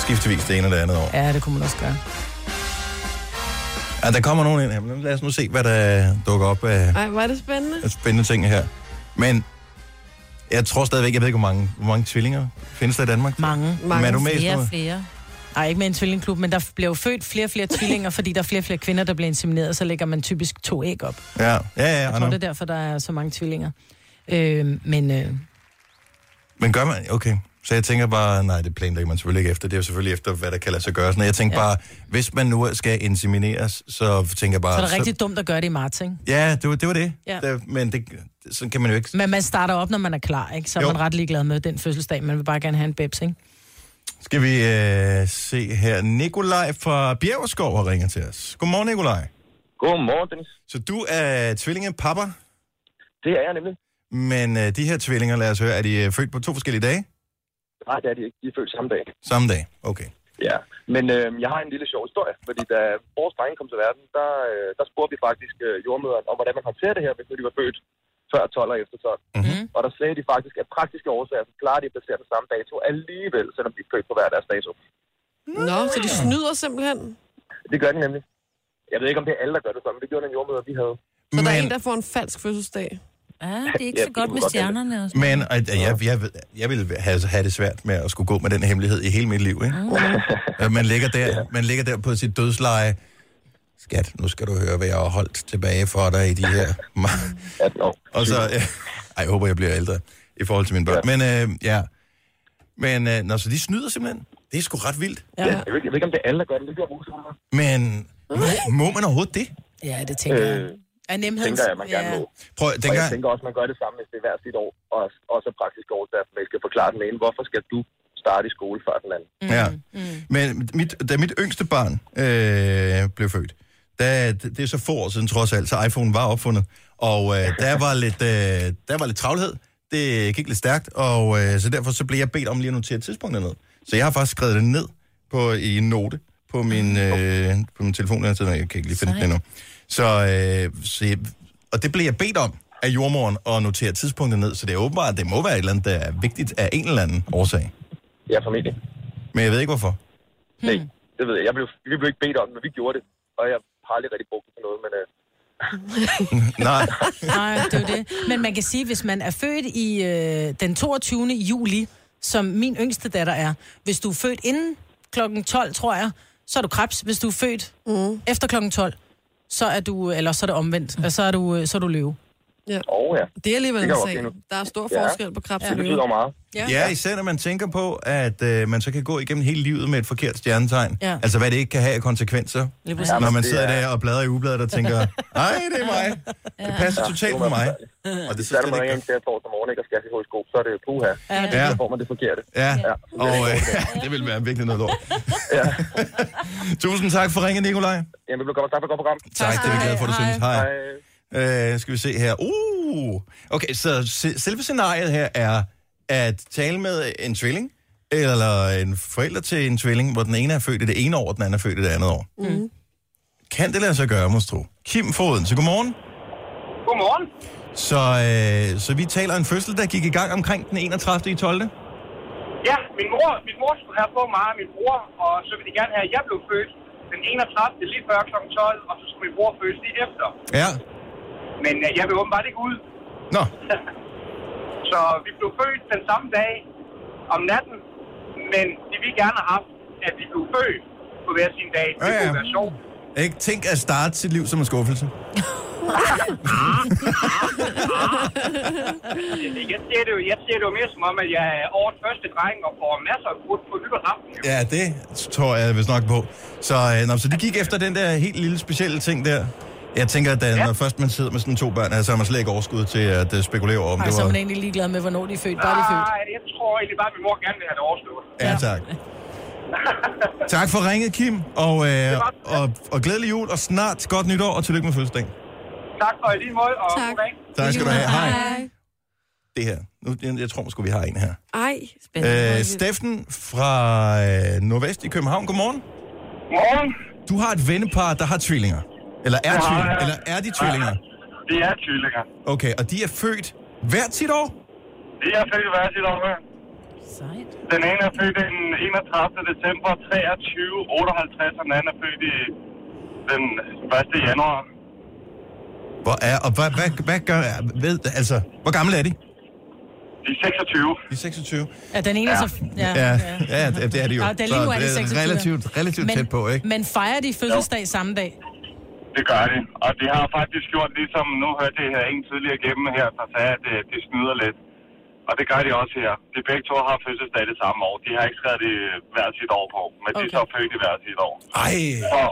Skiftevis det ene og det andet år. Ja.
ja, det kunne man også gøre.
Ja, der kommer nogen ind her, men lad os nu se, hvad der dukker op af
Ej, hvor er det spændende.
af spændende ting her. Men jeg tror stadigvæk, jeg ved ikke, hvor mange, hvor mange tvillinger findes der i Danmark.
Mange.
Men
Mange.
er du med i sådan
Flere og
noget?
flere.
Nej, ikke med en tvillingklub, men der blev født flere og flere tvillinger, fordi der er flere og flere kvinder, der bliver insemineret, så lægger man typisk to æg op.
Ja, ja, ja.
Jeg
I
tror,
know.
det er derfor, der er så mange tvillinger. Øh, men øh,
Men gør man? Okay. Så jeg tænker bare, nej, det planlægger man selvfølgelig ikke efter. Det er jo selvfølgelig efter, hvad der kan lade sig gøre. Sådan, jeg tænker ja. bare, hvis man nu skal insemineres, så tænker jeg bare...
så er det rigtig dumt at gøre det i marts, ikke?
Ja, det var det. Var det.
Ja.
Der, men det, sådan kan man jo ikke...
Men man starter op, når man er klar, ikke? Så er
Jo.
man ret ligeglad med den fødselsdag. Man vil bare gerne have en bebs, ikke?
Skal vi øh, se her. Nikolaj fra Bjergskov har ringet til os. Godmorgen, Nikolaj.
Godmorgen, Dennis.
Så du er tvillingepapper,
Det er jeg nemlig.
men øh, de her tvillinger, lad os høre, er de øh, født på to forskellige dage?
Nej, det er de ikke. De er født samme dag.
Samme dag, okay.
Ja. Men øh, jeg har en lille sjov historie, fordi da vores drenge kom til verden, der, øh, der spurgte vi faktisk øh, jordmøderen om, hvordan man håndterer det her, hvis nu de var født før 12 og efter 12.
Mhm.
Og der sagde de faktisk, at praktiske årsager, så klarer de at placere på samme dato alligevel, selvom de er født på hver deres dato.
Nå, så de snyder simpelthen.
Det gør de nemlig. Jeg ved ikke, om det er alle, der gør det sådan, men det gjorde den jordmøder, vi havde.
Så der er
men,
en, der får en falsk fødselsdag.
Ja, det er ikke
Ja,
så
det
godt
kunne
med
godt være.
stjernerne og sådan.
men øh, jeg, jeg, ved- jeg ville have, have det svært med at skulle gå med den hemmelighed i hele mit liv, ikke?
Mm.
Øh, Man ligger der, man ligger der på sit dødsleje. Skat, nu skal du høre, hvad jeg har holdt tilbage for dig i de her... ma-
18 år.
Og så, øh, ej, jeg håber, jeg bliver ældre i forhold til mine børn. Men, øh, ja. Men, øh, nå, så de snyder simpelthen. Det er sgu ret vildt.
Ja. Jeg, ved ikke, jeg ved ikke, om det er alle, der gør det. Det gjorde vores drenge.
Men må, må man overhovedet det?
Ja, det tænker jeg.
Øh,
Er nemheden...
tænker jeg, man gerne må.
Prøv,
Og jeg
dengang,
tænker også, man gør det samme, hvis det er hver sit år. Og også praktisk år, at man skal forklare den ene, hvorfor skal du starte i skole før den anden?
Mm. ja. Men mit, da mit yngste barn øh, blev født, da, det er så få år siden trods alt, så iPhone var opfundet, og øh, der, var lidt, øh, der var lidt travlhed, det gik lidt stærkt, og øh, så derfor så blev jeg bedt om lige at notere tidspunktet ned. Så jeg har faktisk skrevet det ned på, i en note på min, øh, på min telefon, jeg kan ikke lige finde den endnu. Så, øh, så, jeg- og det blev jeg bedt om af jordmoren at notere tidspunktet ned, så det er åbenbart, at det må være et eller andet, der er vigtigt af en eller anden årsag.
Ja, formentlig.
Men jeg ved ikke, hvorfor.
Hmm. Nej, det ved jeg. jeg blev, vi blev ikke bedt om, det, men vi gjorde det. Og jeg har aldrig rigtig brugt det til noget, men øh,
Nej.
Nej, det er jo det. Men man kan sige, hvis man er født i øh, den 22. juli, som min yngste datter er, hvis du er født inden klokken 12, tror jeg, så er du krebs. Hvis du er født mm. efter klokken 12, så er du, eller så er det omvendt, og så er du, øh, så er du løve.
og ja,
Det er alligevel en
Det kan jeg
sag.
godt finde.
Der er stor
Ja.
forskel på krebs og
det
løve.
betyder meget.
Ja, især når man tænker på, at øh, man så kan gå igennem hele livet med et forkert stjernetegn.
Ja.
Altså, hvad det ikke kan have af konsekvenser.
Lige præcis.
Ja, når man
det
sidder
er-
der og bladrer i ugebladet og tænker, nej, det er mig. Det passer
Ja,
totalt
det
med
var
mig.
forfærdeligt.
Og det
Så er det,
synes
man
jeg
ringer
ikke.
ind til at torsdag morgen, ikke? Og skal til hovedsko, så er det jo puha.
Ja, det
Ja.
Så får man det forkerte.
Ja, og øh, det ville være virkelig noget lort. Tusind tak for ringen, Nikolaj.
Jamen, det blev godt. Tak for et godt program.
Tak, det er vi glade for, at du synes. Hej.
Hej.
Øh, skal vi se her. Uh! Okay, så se- selve scenariet her er at tale med en tvilling, eller en forælder til en tvilling, hvor den ene er født i det ene år, og den anden er født i det andet år. Mm. Kan det lade sig gøre, måske tro? Kim Foden, så godmorgen.
Godmorgen.
Så, øh, så vi taler en fødsel, der gik i gang omkring den 31. i 12.
Ja, min mor, min mor skulle have på mig og min bror, og så ville de gerne have, at jeg blev født den 31. lige før kl. 12, og så skulle min bror fødes lige efter.
Ja.
Men øh, jeg vil åbenbart ikke ud,
Nå,
så vi blev født den samme dag om natten, men de ville gerne have haft, at vi blev født på hver sin dag. Det
Ja, ja.
ja, kunne være sjovt.
ikke tænk at starte sit liv som en skuffelse.
Jeg ser, det jo, jeg ser det jo mere som om, at jeg er årets første dreng og får masser af brudt på nytårsaften. jo.
Ja, det tror jeg vist nok på. Så, øh, nå, så de gik efter den der helt lille specielle ting der. Jeg tænker, at da, ja. når først man sidder med sådan to børn, her, så har man slet ikke overskud til at øh, spekulere over, om
Ej,
det
så er
var...
man egentlig ligeglad med, hvornår de er født. Bare de er født.
Nej, jeg tror egentlig bare, at min mor gerne vil have det overstået.
Ja, tak. tak for ringet, Kim, og, øh, og, og glædelig jul, og snart godt nytår, og tillykke med fødselsdagen.
Tak for i lige måde, og
Tak.
god dag.
Tak skal du have. Hej. Det her. Nu, jeg, jeg tror måske, vi har en her.
Ej,
Øh, Steffen fra øh, Nordvest i København, godmorgen.
Morgen.
Du har et vennepar, der har tvillinger. Eller er,
har
tvillinger.
jeg.
Eller er de tvillinger?
Det er tvillinger.
Okay, og de er født hvert sit år?
Det er født hver sit år.
Sejt.
Den ene er født den 31. december 23, 58, og den anden er født i den 1. januar.
Hvor er, og hvad, hvad, hvad gør... Ved, altså, hvor gammel er de?
De er 26.
De er 26.
Ja, den ene er så... Ja,
Ja, ja, det det er de jo.
Ja, det er lige nu,
Så
er de
det
26.
relativt, relativt tæt på, ikke?
Men fejrer de fødselsdag samme dag?
Det gør det. Og det har faktisk gjort, ligesom nu hørte jeg her en tidligere gennem her, der sagde, at øh, det, det snyder lidt. Og det gør de også her. De begge to har fødselsdag det samme år. De har ikke skrevet det hver sit år på, men okay. de er så født i hver sit år.
Ej,
For,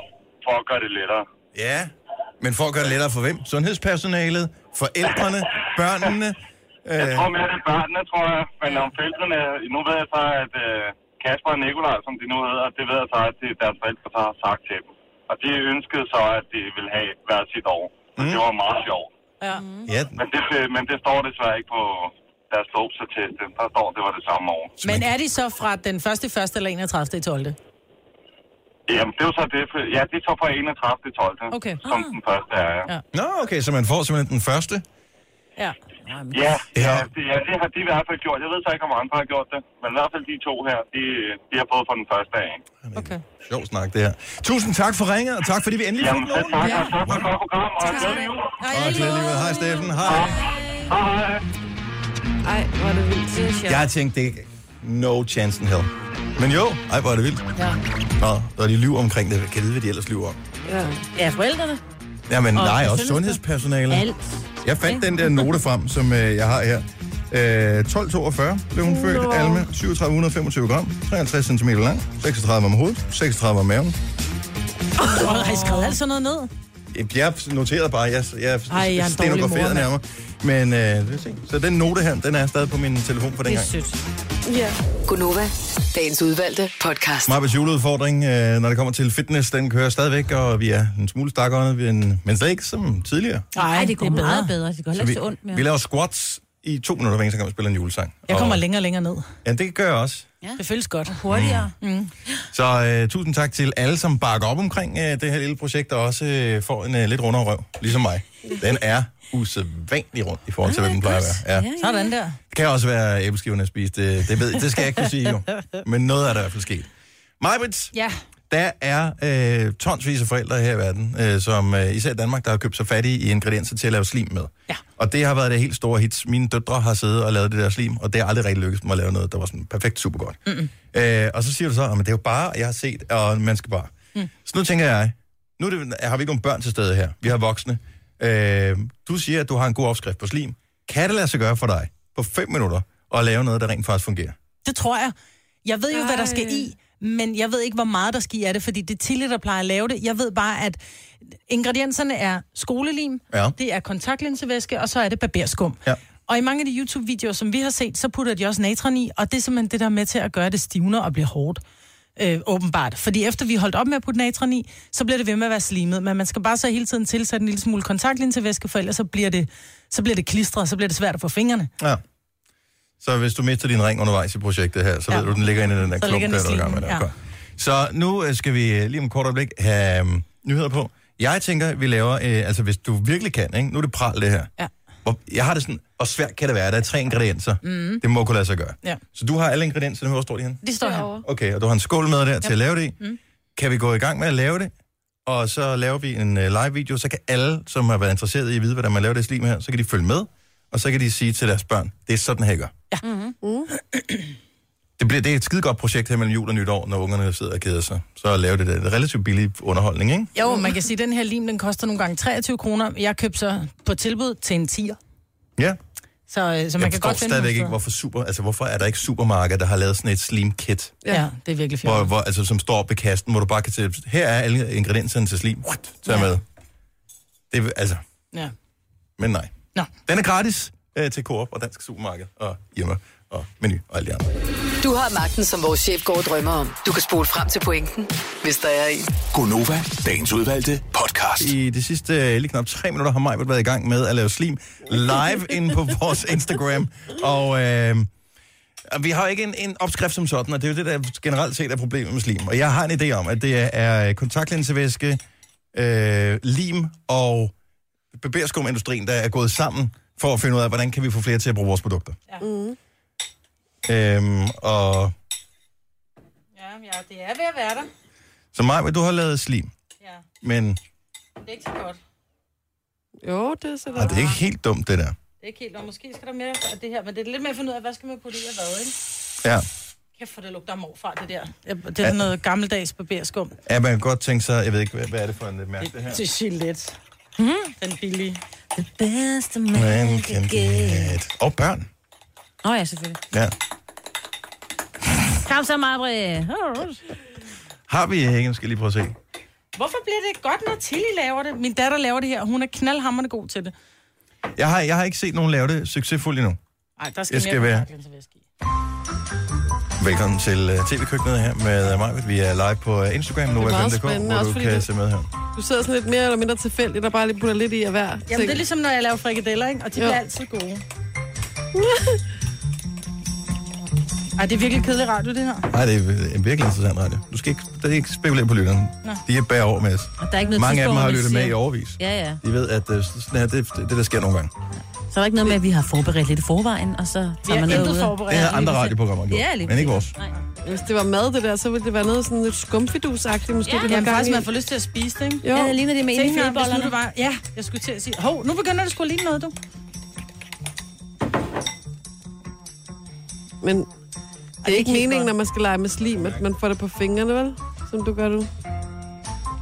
for at gøre det lettere.
Ja, men for at gøre det lettere for hvem? Sundhedspersonalet, forældrene, børnene.
Jeg
Øh,
tror mere, det er børnene, tror jeg. Men om forældrene... Nu ved jeg så, at øh, Kasper og Nikolaj, som de nu hedder, det ved jeg så, at det er deres forældre, der har sagt til dem. Og de ønskede så, at de ville have hver sit år.
Mhm.
Mm. Det var meget sjovt.
Ja.
ja,
Men det, øh, men det står desværre ikke på deres dopsatest. Der står, det var det samme år.
Men er de så fra den 1. 1. eller 31. 12.
Jamen, det var så det. for- Ja, det er så fra 31. 12.
Okay.
Som den første er, ja.
Ja.
nå, okay, så man får simpelthen den første.
Ja.
Ja, ja.
Ja.
Det, ja, det har de i hvert fald gjort. Jeg ved så ikke, om andre har gjort det. Men i hvert fald de to her, de, de har fået fra den første af. ikke?
Okay.
Sjov snak, det her. Tusind tak for ringet, og tak fordi vi endelig fik
Jamen, selv
nogen.
tak. Og tak for et godt program, og glædelig jul.
Og glædelig jul. Hej, Steffen. Hej.
Hej, hej.
ej, hvor er det vildt. Det er sjovt.
Jeg tænkte, det er no chance in hell. Men jo, ej, hvor er det vildt. Ja. Nå, når de lyver omkring det, kan jeg vide, hvad de ellers lyver om?
Ja, forældrene.
Jamen, og nej, også sundhedspersonale.
Alt.
Jeg fandt den der note frem, som øh, jeg har her. Øh, 1242 blev hun født, Alme. 3725 gram, 53 cm lang, 36 om hovedet, 36 om maven.
Og har I skrevet alt sådan noget ned?
Jeg noterede bare, jeg, jeg,
jeg er en dårlig mor,
stenograferede
mand.
nærmere. Men øh, lad os se. Så den note her, den er stadig på min telefon for
Det
dengang.
er sødt.
Gunova, dagens udvalgte podcast.
Marbets juleudfordring, øh, når det kommer til fitness, den kører stadigvæk, og vi er en smule stakåndet, men, men slet ikke som tidligere.
Nej, det går meget bedre. Det går heller
vi,
ikke så ondt mere.
vi laver squats i to minutter, hver eneste gang vi spiller en julesang.
Jeg kommer
og,
længere og længere ned.
Ja, det gør jeg også.
Det føles godt. Mm.
Hurtigere.
Så øh, tusind tak til alle, som bakker op omkring øh, det her lille projekt, og også øh, får en øh, lidt rundere røv, ligesom mig. Den er usædvanlig rundt i forhold til, hvad den plejer at være. Ja. Det
Sådan der.
kan også være æbleskiverne at spise, det, det, ved, det skal jeg ikke kunne sige jo. Men noget er der i hvert fald sket. Majbrits,
Ja.
der er øh, tonsvis af forældre her i verden, øh, som øh, især i Danmark, der har købt sig fattige i ingredienser til at lave slim med.
Ja.
Og det har været det helt store hits. Mine døtre har siddet og lavet det der slim, og det har aldrig rigtig lykkedes dem at lave noget, der var sådan perfekt super godt.
Mm.
Øh, og så siger du så, at det er jo bare, jeg har set, og man skal bare. Mm. Så nu tænker jeg, nu er det, har vi ikke nogen børn til stede her. Vi har voksne. Øh, du siger, at du har en god opskrift på slim. Kan det lade sig gøre for dig på 5 minutter at lave noget, der rent faktisk fungerer?
Det tror jeg. Jeg ved jo, Ej. hvad der skal i, men jeg ved ikke, hvor meget der skal i af det, fordi det er Tilly, der plejer at lave det. Jeg ved bare, at ingredienserne er skolelim,
Ja.
det er kontaktlinsevæske, og så er det barberskum.
Ja.
Og i mange af de YouTube-videoer, som vi har set, så putter de også natron i, og det er simpelthen det, der er med til at gøre at det stivner og bliver hårdt. Øh, åbenbart. Fordi efter vi holdt op med at putte natron i, så bliver det ved med at være slimet. Men man skal bare så hele tiden tilsætte en lille smule kontaktlinsevæske, for ellers så bliver det, så bliver det klistret, og så bliver det svært at få fingrene.
Ja. Så hvis du mister din ring undervejs i projektet her, så ja.
Ja.
ved du, den ligger inde i den der
Så
klump,
ligger
der
den i
du er i gang med.
slimen,
Der.
ja.
Godt. Så nu øh, skal vi øh, lige om et kort øjeblik have øhm, nyheder på. Jeg tænker, vi laver, øh, altså hvis du virkelig kan, ikke? nu er det pral det her.
Ja.
Hvor, jeg har det sådan, og svært kan det være, der er tre ingredienser. Mm. Det må kunne lade sig gøre.
Mm-hmm. Ja.
Så du har alle ingredienserne, hvor står de henne?
Det står her.
Okay, og du har en skål med der til at lave det i. Mm. Kan vi gå i gang med at lave det? Og så laver vi en øh, live-video, så kan alle, som har været interesseret i at vide, hvordan man laver det slim her, så kan de følge med, og så kan de sige til deres børn, det er sådan, her gør. Ja. Mm-hmm. Det, bliver, det er et skide godt projekt her mellem jul og nytår, når ungerne sidder og keder sig. Så lave det der Det er relativt billig underholdning, ikke?
Jo, man kan sige, at den her lim, den koster nogle gange 23 kroner. Jeg købte så på tilbud til en 10'er.
Ja.
Så, øh, så man kan
Jeg forstår
godt finde nogle
stadigvæk ikke,
steder.
hvorfor, super, altså, hvorfor er der ikke supermarkeder, der har lavet sådan et slim-kit,
Ja. ja, det er virkelig fjort.
hvor, hvor, altså, som står op ved kasten, hvor du bare kan til, her er alle ingredienserne til slim, tag
Ja.
med. Det, er- altså,
Ja.
Men nej.
Nå.
Den er gratis øh, til Coop og Dansk Supermarked og Irma og Meny og alle de andre.
Du har magten, som vores chef går og drømmer om. Du kan spole frem til pointen, hvis der er en.
Gonova, dagens udvalgte podcast.
I de sidste øh, lige knap tre minutter har mig været i gang med at lave slim live inde på vores Instagram. Og øh, og vi har jo ikke en, en opskrift som sådan, og det er jo det, der generelt set er problemet med slim. Og jeg har en idé om, at det er øh, kontaktlinsevæske, øh, lim og barberskumindustrien, der er gået sammen for at finde ud af, hvordan kan vi få flere til at bruge vores produkter. Ja. Øhm, og
Ja, ja, det er ved at være der.
Så Maja, du har lavet slim,
Ja,
men
det er ikke så godt.
Jo, det er så
ah, det er ikke helt dumt, det der.
Det er ikke helt, og måske skal der mere af det her, men det er lidt mere at finde ud af, hvad skal man putte i og hvad, ikke?
Ja.
Kæft, for det lugter morfar, det der. Ja, Det er sådan noget gammeldags barberskum.
ja, man kan godt tænke sig, jeg ved ikke, hvad, hvad er det for en øh, mærke, det her?
Til Gillette.
Mhm.
Mm-hmm. Den billige.
Bedste mand.
Man can get. Og oh, børn.
Nå ja, selvfølgelig.
Ja.
Kom så, Marbre.
Har vi ikke? Nu skal jeg lige prøve at se.
Hvorfor bliver det godt, når Tilly laver det? Min datter laver det her, og hun er knaldhammerende god til det.
Jeg har, jeg har ikke set nogen lave det succesfuldt endnu.
Ej, der
Jeg
skal,
skal
mere
være-
kontaktlinsevæske i.
Velkommen til uh, TV-køkkenet her med uh, Maja. Vi er live på uh, Instagram, nu
meget spændende,
hvor
også
du
fordi
kan
det-
se med her.
Du sidder sådan lidt mere eller mindre tilfældigt og bare lige putter lidt i af hver
Jamen, det er ligesom, når jeg laver frikadeller, ikke? Og de
Jo.
jo. bliver altid gode. Ej, det er virkelig kedelig radio, det her.
Nej, det er en virkelig interessant radio. Du skal ikke, det er ikke spekulere på lytteren. De er bagover med os.
Og der er ikke noget
Mange af dem
tidspunkt,
har
hvor man
lyttet med i
siger-
overvis.
Ja, ja.
De ved, at uh, sådan her, det, det, det, der sker nogle gange.
Så er der ikke noget med, at vi har forberedt lidt i forvejen, og så
Vi
tager
har
man noget
intet
ud. af-
Det
forberedt.
har andre radioprogrammer gjort,
Ja, lige
men ikke vores.
præcis. Nej.
Hvis det var mad, det der, så ville det være noget sådan lidt skumfidusagtigt, måske.
Ja.
det var
Jamen,
gang
faktisk,
i.
man får lyst til at spise det, ikke?
Jo.
Ja, det ligner det med
Tænk
inde i
engang, hvis nu
fodbolderne.
det var... Ja, jeg skulle til at sige... Hov, nu begynder det sgu at ligne noget, du.
Men det er ikke
helt
meningen,
godt.
når man skal lege med slim, at man får det på fingrene, vel? Som du gør nu.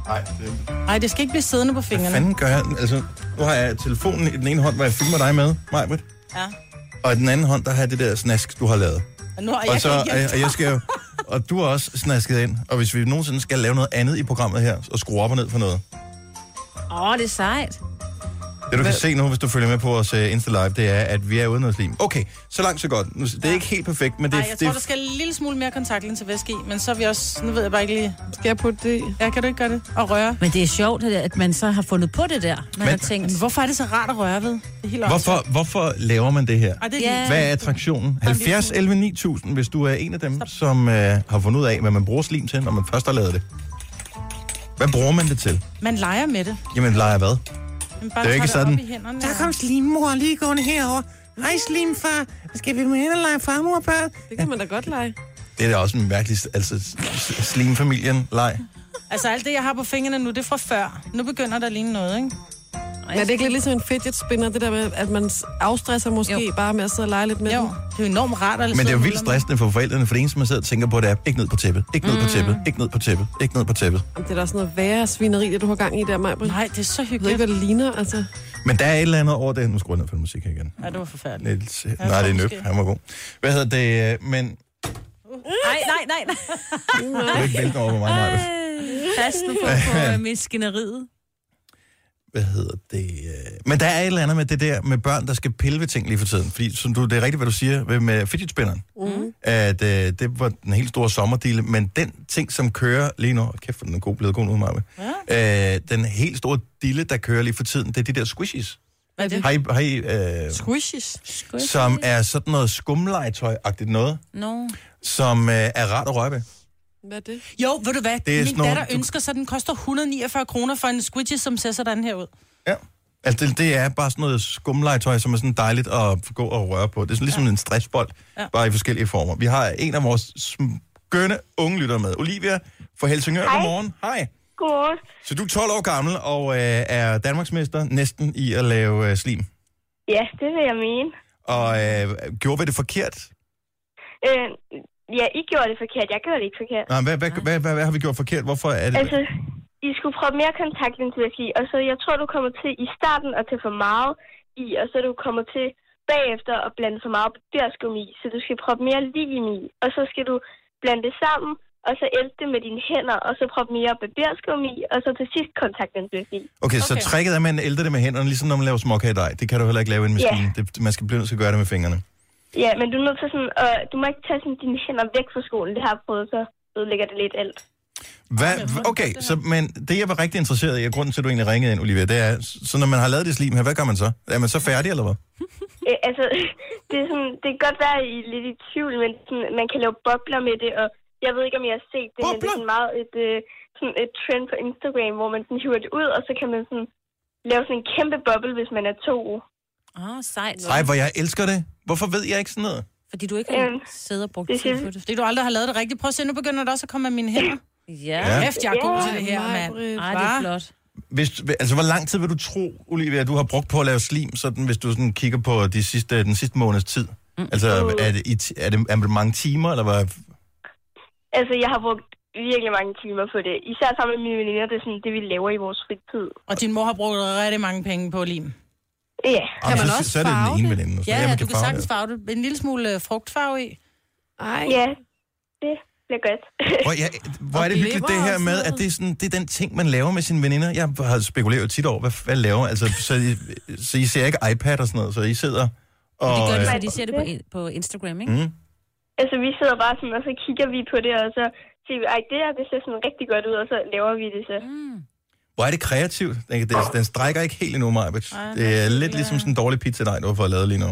Nej, det,
Nej, det skal ikke blive siddende på fingrene.
fanden gør jeg? Altså, nu har jeg telefonen i den ene hånd, hvor jeg filmer dig med, Majbrit.
Ja.
Og i den anden hånd, der har jeg det der snask, du har lavet.
Og nu har
og
jeg
så,
så,
og jeg, og jeg skal jo, og du er også snasket ind. Og hvis vi nogensinde skal lave noget andet i programmet her, og skrue op og ned for noget.
Åh, det er sejt.
Det du kan se nu, hvis du følger med på vores uh, Insta Live, det er, at vi er uden noget slim. Okay, så langt så godt. Nu- Det er ikke helt perfekt, men det,
Nej, jeg
det
tror, der skal en lille smule mere kontaktlinse væske i, men så er vi også... Nu ved jeg bare ikke lige...
Skal jeg putte det i?
Ja, kan du ikke gøre det? Og røre.
Men det er sjovt, at man så har fundet på det der. Man
Men-
men, har tænkt,
Men hvorfor er det så rart at røre ved? Det er helt åndssvagt.
hvorfor, hvorfor laver man det her?
Ej, det er
Ja.
yeah.
Hvad er attraktionen? 70 11 9000, hvis du er en af dem, som øh, har fundet ud af, hvad man bruger slim til, når man først har lavet det. Hvad bruger man det til?
Man leger med det.
Jamen, leger hvad?
Man bare
Det er jo
tager
ikke sådan.
Op i hænderne.
Der kom slimmor lige gående herover. Hej slimfar, skal vi med hen og lege farmor og børn?
Det kan man da godt lege.
Det er da også en mærkelig altså, s- slimfamilien leg.
Altså alt det, jeg har på fingrene nu, det er fra før. Nu begynder der lige noget, ikke?
Men er det ikke lidt ligesom en fidget spinner, det der med, at man afstresser måske jo. bare med at sidde og lege lidt med
Jo,
den?
det er jo enormt rart at
Men det er jo vildt
stress.
stressende for forældrene, for det eneste, man sidder og tænker på, det er, ikke ned på tæppet, ikke ned på
Mm.
tæppet, ikke ned på tæppet, ikke ned på tæppet.
Jamen, Det er da også noget værre svineri, det du har gang i der, Maja. Jeg
Nej, det er så
ved
hyggeligt.
ikke, hvad det ligner, altså.
Men der er et eller andet over det. Nu skruer jeg ned for musik igen.
Ja, det var forfærdeligt.
Niels, nej, det er Nøb. Han var god. Hvad hedder det? øh, Men du
nej, nej, nej, nej.
kan ikke vælte den over på mig, Maja.
Pas nu på, på øh, maskineriet.
Hvad hedder det? øh, Men der er et eller andet med det der med børn, der skal pille ved ting lige for tiden. Fordi som du, det er rigtigt, hvad du siger ved- med fidget spinneren. Mm. At øh, det var den helt store sommerdille. Men den ting, som kører lige nu... Kæft, hvor den er god, blevet god nu, Maja. Ja. Øh, den helt store dille, der kører lige for tiden, det er de der squishies.
Ja,
Har I, har I øh,
Squishes.
som er sådan noget skumlegetøj-agtigt noget,
No.
som øh, er rart at røre ved?
Hvad er det?
Jo, ved du hvad?
Det er
Min
sådan nogle-
datter ønsker sig, den koster 149 kroner for en squidgy, som ser sådan her ud.
Ja. Altså, det, det er bare sådan noget skumlegetøj, som er sådan dejligt at gå og røre på. Det er sådan, ligesom ja. en stressbold, ja. bare i forskellige former. Vi har en af vores skønne unge lytter med. Olivia fra Helsingør, Hej. godmorgen. Hej.
Godt.
Så du er 12 år gammel og øh, er Danmarksmester næsten i at lave øh, slim.
Ja, det vil jeg mene.
Og øh, gjorde vi det forkert?
Øh, ja, I gjorde det forkert. Jeg gjorde det ikke forkert.
Nej, hvad, hvad, hvad, hvad, hvad har vi gjort forkert? Hvorfor er det...
Altså, I skulle prøve mere kontakt end til at sige, og så jeg tror, du kommer til i starten at tage for meget i, og så du kommer til bagefter at blande for meget bærskum i, så du skal proppe mere lim i, og så skal du blande det sammen, og så ælte det med dine hænder, og så proppe mere barberskum i, og så til sidst kontaktlinsen i.
Okay, okay, så tricket er, at man ælter det med hænderne, ligesom når man laver småkagedej. Det kan du heller ikke lave i en
Ja.
maskine. Det, man skal blive nødt til at gøre det med fingrene.
Ja, men du er nødt til sådan, øh, du må ikke tage sådan, dine hænder væk fra skolen, det har jeg prøvet, så ødelægger det lidt alt.
Hvad? Okay, så, men det, jeg var rigtig interesseret i, og grunden til, at du egentlig ringede ind, Olivia, det er, så når man har lavet det slim her, hvad gør man så? Er man så færdig, eller hvad?
Øh, altså, det, er sådan, det kan godt være, I er lidt i tvivl, men sådan, man kan lave bobler med det, og jeg ved ikke, om jeg har set det, men det er
Bobler?
sådan meget et, øh, sådan et trend på Instagram, hvor man sådan hiver det ud, og så kan man sådan lave sådan en kæmpe boble, hvis man er to.
Åh, oh, sejt.
Nej, hvor jeg elsker det. Hvorfor ved jeg ikke sådan noget?
Fordi du ikke har
Øhm,
siddet og brugt
det
tid
synes-
på det.
Fordi du aldrig har lavet det rigtigt. Prøv at se, nu begynder det også at komme af mine hænder.
Ja.
Ja.
Kæft, jeg er god til det her,
Ej,
mand.
Maj-Brit.
Ej, det er
Hva?
flot.
Hvis, altså, hvor lang tid vil du tro, Olivia, du har brugt på at lave slim, sådan, hvis du sådan kigger på de sidste, den sidste måneds tid? Mm. Altså, er det, i ti- er, det, er det mange timer, eller hvad?
Altså, jeg har brugt virkelig mange timer på det. Især sammen med mine veninder, det er sådan det, vi laver i vores fritid.
Og din mor har brugt rigtig mange penge på lim.
Ja,
Jamen,
man
så,
også
så er det
farve
den ene
det?
veninde. Så
Ja, ja,
man
du kan
farve
sagtens
det.
farve det. En lille smule øh, frugtfarve i.
Ej.
ja det bliver godt.
Hvor, jeg, hvor er det
Og
hyggeligt det
glipper
her
og
med,
sådan
at det er, sådan, det er den ting, man laver med sine veninder. Jeg har spekuleret tit over, hvad, hvad laver altså, så, I, så I ser ikke iPad og sådan noget, så I sidder og...
Det gør de,
øh,
fordi de ser det på, på Instagram, ikke?
mm,
altså, vi sidder bare sådan, og så kigger vi på det, og så siger vi, ej, det der, det ser sådan rigtig godt ud, og så laver vi det så.
hvor er det kreativt. Den, den, den strækker ikke helt endnu, Marbet. Det er lidt ligesom sådan en dårlig pizza nej, du har fået lavet lige nu.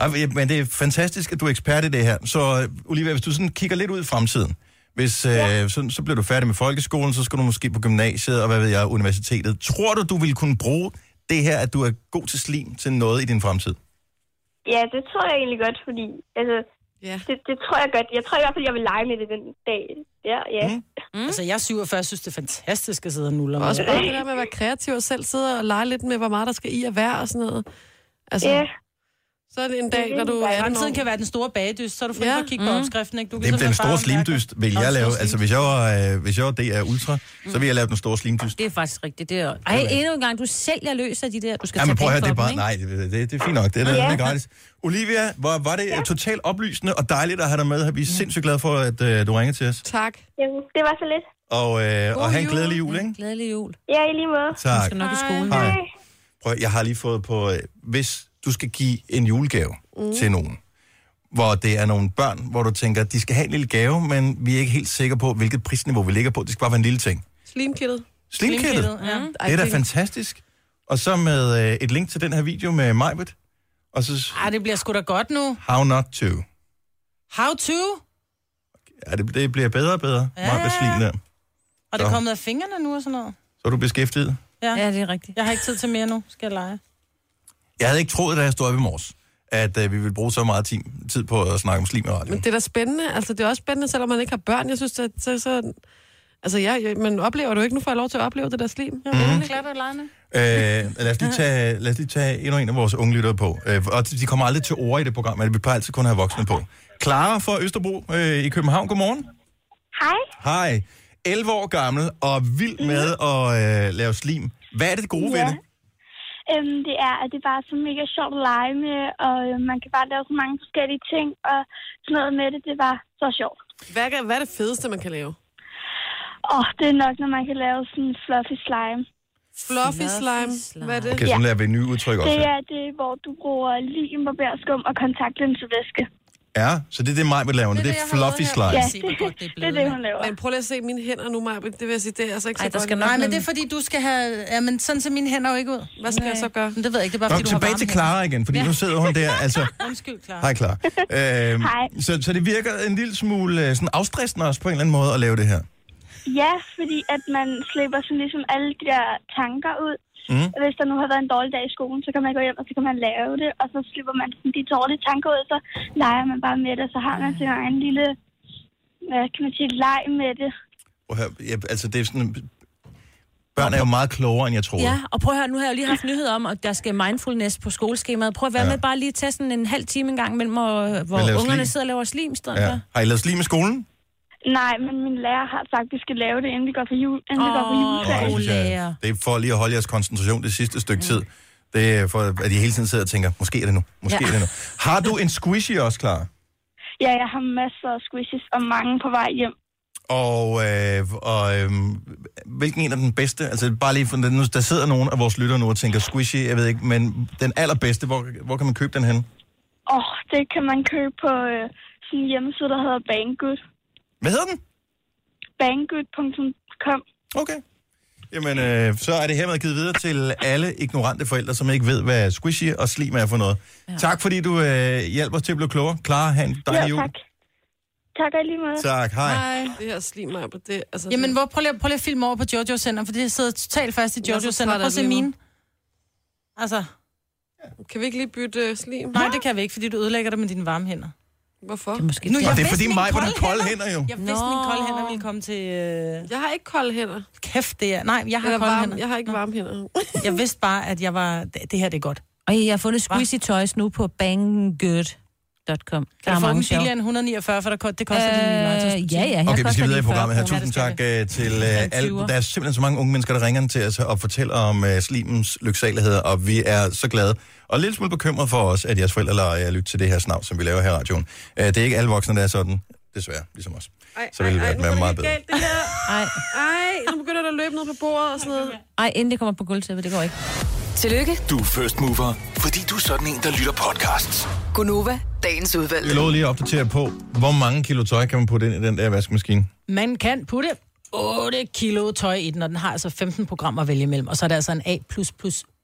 Ej, men- Men det er fantastisk, at du er ekspert i det her. Så øh, Olivia, hvis du sådan kigger lidt ud i fremtiden, hvis, ja. øh, så, så bliver du færdig med folkeskolen, så skal du måske på gymnasiet og hvad ved jeg, universitetet. Tror du, du vil kunne bruge det her, at du er god til slim, til noget i din fremtid?
Ja, det tror jeg egentlig godt, fordi altså,
Ja.
det, det tror jeg godt. Jeg tror i hvert fald, jeg vil lege med det den dag. Ja, ja.
Mm.
Mm.
Altså, jeg er 47, synes det er fantastisk at sidde og nulle med.
Også bare det der med at være kreativ og selv sidde og lege lidt med, hvor meget der skal i at være og sådan noget. Altså,
Ja,
så er det en dag, når du er 18
Fremtiden
år.
kan være den store bagedyst, så er du fri
Ja, Mm.
for at kigge på opskriften, ikke? Du
Det,
simpelthen
den store
bare mærke-
slimdyst vil
Og den store
jeg lave. Altså,
slim-
hvis jeg var, øh, hvis jeg var DR Ultra, så ville jeg lave den store slimdyst.
Det er faktisk rigtigt. Det er... Ej, endnu en gang, du sælger løs af de der, du skal
Ja,
tage
men prøv at høre,
penge
det er
for
bare...
dem,
Nej, det, det, det er fint nok. Det er, det er gratis. Olivia, hvor var det øh, totalt oplysende og dejligt at have dig med. Vi er sindssygt glade for, at øh, du ringede til os.
Tak.
jamen, det var så lidt.
Og, øh, og have en
jul.
glædelig jul, ikke?
ikke? Glædelig jul.
Ja, i lige måde.
Du
Tak.
skal nok i skolen.
Hej. Prøv, jeg har lige fået på, øh, hvis du skal give en julegave mm. til nogen, hvor det er nogle børn, hvor du tænker, de skal have en lille gave, men vi er ikke helt sikre på, hvilket prisniveau vi ligger på. Det skal bare være en lille ting.
Slimkittet.
Slimkittet.
Slimkittet, ja.
Det er da fantastisk. Og så med øh, et link til den her video med Majbet. Og så s-
Ej, det bliver sgu da godt nu.
How Not To.
How to?
Ja, det, det bliver bedre og bedre. Ja. Majbet Slim der.
Og det
Nå.
er kommet af fingrene nu og sådan noget.
Så er du beskæftiget.
Ja, det er rigtigt.
Jeg har ikke tid til mere nu. Skal jeg lege?
Jeg havde ikke troet, da jeg stod op i morges, at øh, vi ville bruge så meget ti- tid på at snakke om slim i radioen.
Men det er da spændende. Altså, det er også spændende, selvom man ikke har børn. Jeg synes, at så, så Altså, jeg, jeg, man oplever det jo ikke. Nu får jeg lov til at opleve det der slim. Mm-hmm. Ja.
Mm. Klart at lege nu.
Øh, lad, os lige tage, lad os lige tage endnu en af vores unge lyttere på. Øh, og de kommer aldrig til ord i det program, men vi plejer altid kun at have voksne på. Clara fra Østerbro øh, i København, godmorgen.
Hej.
Hej. 11 år gammel og vild med at øh, lave slim. Hvad er det gode ved
Ja.
det?
Øhm, det er, at det bare er så mega sjovt at lege med, og øh, man kan bare lave så mange forskellige ting, og sådan noget med det, det var så sjovt.
Hvad, er- hvad er det fedeste, man kan lave?
Og det er nok, når man kan lave sådan en fluffy slime.
Fluffy slime. Hvad er det?
Okay, sådan lærer vi nye udtryk også.
Det er det, hvor du bruger lim, barberskum og kontaktlinsevæske.
Ja, så det er det, mig vil lave. Det, det er fluffy slime.
det, det er det, hun laver. Men prøv lige at se mine hænder nu, Maja. Det vil jeg sige, det er altså ikke
Ej,
så
der
godt.
skal nok Nej, men det er fordi, du skal have... Ja, men sådan ser mine hænder jo ikke ud.
Hvad skal jeg så gøre?
Men det ved jeg ikke, det er bare
Nå,
fordi, du har
tilbage
varme
til Clara igen, fordi ja. nu sidder hun der. Altså,
hænder. Undskyld, Clara.
hej Clara. Øhm,
Hej.
Så, så det virker en lille smule øh, sådan afstressende også på en eller anden måde at lave det her.
Ja, fordi at man slipper sådan ligesom alle de der tanker ud.
Mm.
Og Hvis der nu har været en dårlig dag i skolen, så kan man gå hjem, og så kan man lave det. Og så slipper man sådan de dårlige tanker ud, så leger man bare med det. Og så har man sin egen lille, hvad kan man sige, leg med det.
Og her, ja, altså det er sådan... Børn er jo meget klogere, end jeg troede.
Ja, og prøv at høre, nu har jeg jo lige haft nyhed om, at der skal mindfulness på skoleskemaet. Prøv at være
Ja.
ja. med bare lige at tage sådan en halv time en gang imellem, og, hvor
Men lave
ungerne
slim.
sidder og laver slim i stedet
Ja.
for.
Har I lavet slim i skolen?
Nej, men min lærer har sagt, at vi skal lave det, inden vi går på jul. Inden oh, vi går på
Åh,
juleferie.
hvor
det, synes jeg,
lærer.
det er for lige at holde jeres koncentration det sidste stykke tid. Det er for, at I hele tiden sidder og tænker, måske er det nu, måske
Ja.
ja. er det nu. Har du en squishy også, klar?
Ja, jeg har masser af squishes og mange på vej hjem.
Og, øh, og øh, hvilken en er den bedste? Altså bare lige, for, nu- der sidder nogen af vores lyttere nu og tænker squishy, jeg ved ikke, men den allerbedste, hvor, hvor kan man købe den hen?
Åh, oh, det kan man købe på øh, sådan en hjemmeside, der hedder Banggood.
Hvad hedder den?
Banggood.com.
Okay. Jamen, øh, så er det hermed givet videre til alle ignorante forældre, som ikke ved, hvad squishy og slim er for noget. Ja. Tak, fordi du øh, hjælper os til at blive klogere. Klar, have en dejlig
Ja,
jul.
tak. Tak og i lige måde.
Tak, hej. hej.
Det her slim, Maja, det altså...
Jamen,
det-
hvor, prøv, lige, at- prøv lige at filme over på Jojo Center, fordi jeg sidder totalt fast i
Jeg er så
Jojo Center.
træt af
Prøv at se
det lige nu.
mine. Altså,
Kan vi ikke lige bytte øh, slim?
nej, det kan vi ikke, fordi du ødelægger det med dine varme hænder.
Hvorfor?
Måske
Nu,
nu,
jeg
Og det er
vidste,
fordi
mine
mig, hvor der er kolde hænder jo.
Jeg vidste, mine kolde hænder ville komme til... Øh,
Jeg har ikke kolde hænder.
kæft, det er... Nej, jeg har
Jeg,
kolde
varme,
hænder.
jeg har ikke varme hænder.
Jeg vidste bare, at jeg var... Det, det her, det er godt.
Og jeg har fundet squeezy toys nu på banggood.com.
Kan du få dem billigere end 149, for der, ko- det koster øh, din
Øh, ja,
legetøjsbutik?
ja. her
Okay, vi
koster
skal videre
de
i programmet her.
40
Tusind
kroner.
tak øh, til øh, alle.
tyver.
Der er simpelthen så mange unge mennesker, der ringer ind til os og fortæller om øh, slimens lyksaligheder, og vi er så glade. Og lidt smule bekymret for os, at jeres forældre lader jer lytte til det her snav, som vi laver her i radioen. Øh, det er ikke alle voksne, der er sådan, desværre, ligesom os.
Ej,
Så ville
ej, ej,
verden
nu
være
går det
meget
helt Galt, det her.
Ej,
Ej, nu begynder der at løbe ned på bordet og sådan noget.
ej, inden det kommer på gulvtæppet, det går ikke.
Tillykke,
Du er first mover, fordi du er sådan en, der lytter podcasts.
Gunova, dagens udvalgte.
Jeg lovede lige at opdatere på, hvor mange kilo tøj kan man putte ind i den der vaskemaskine?
Man kan putte 8 kilo tøj i den, og den har altså 15 programmer at vælge imellem. Og så er det altså en A+++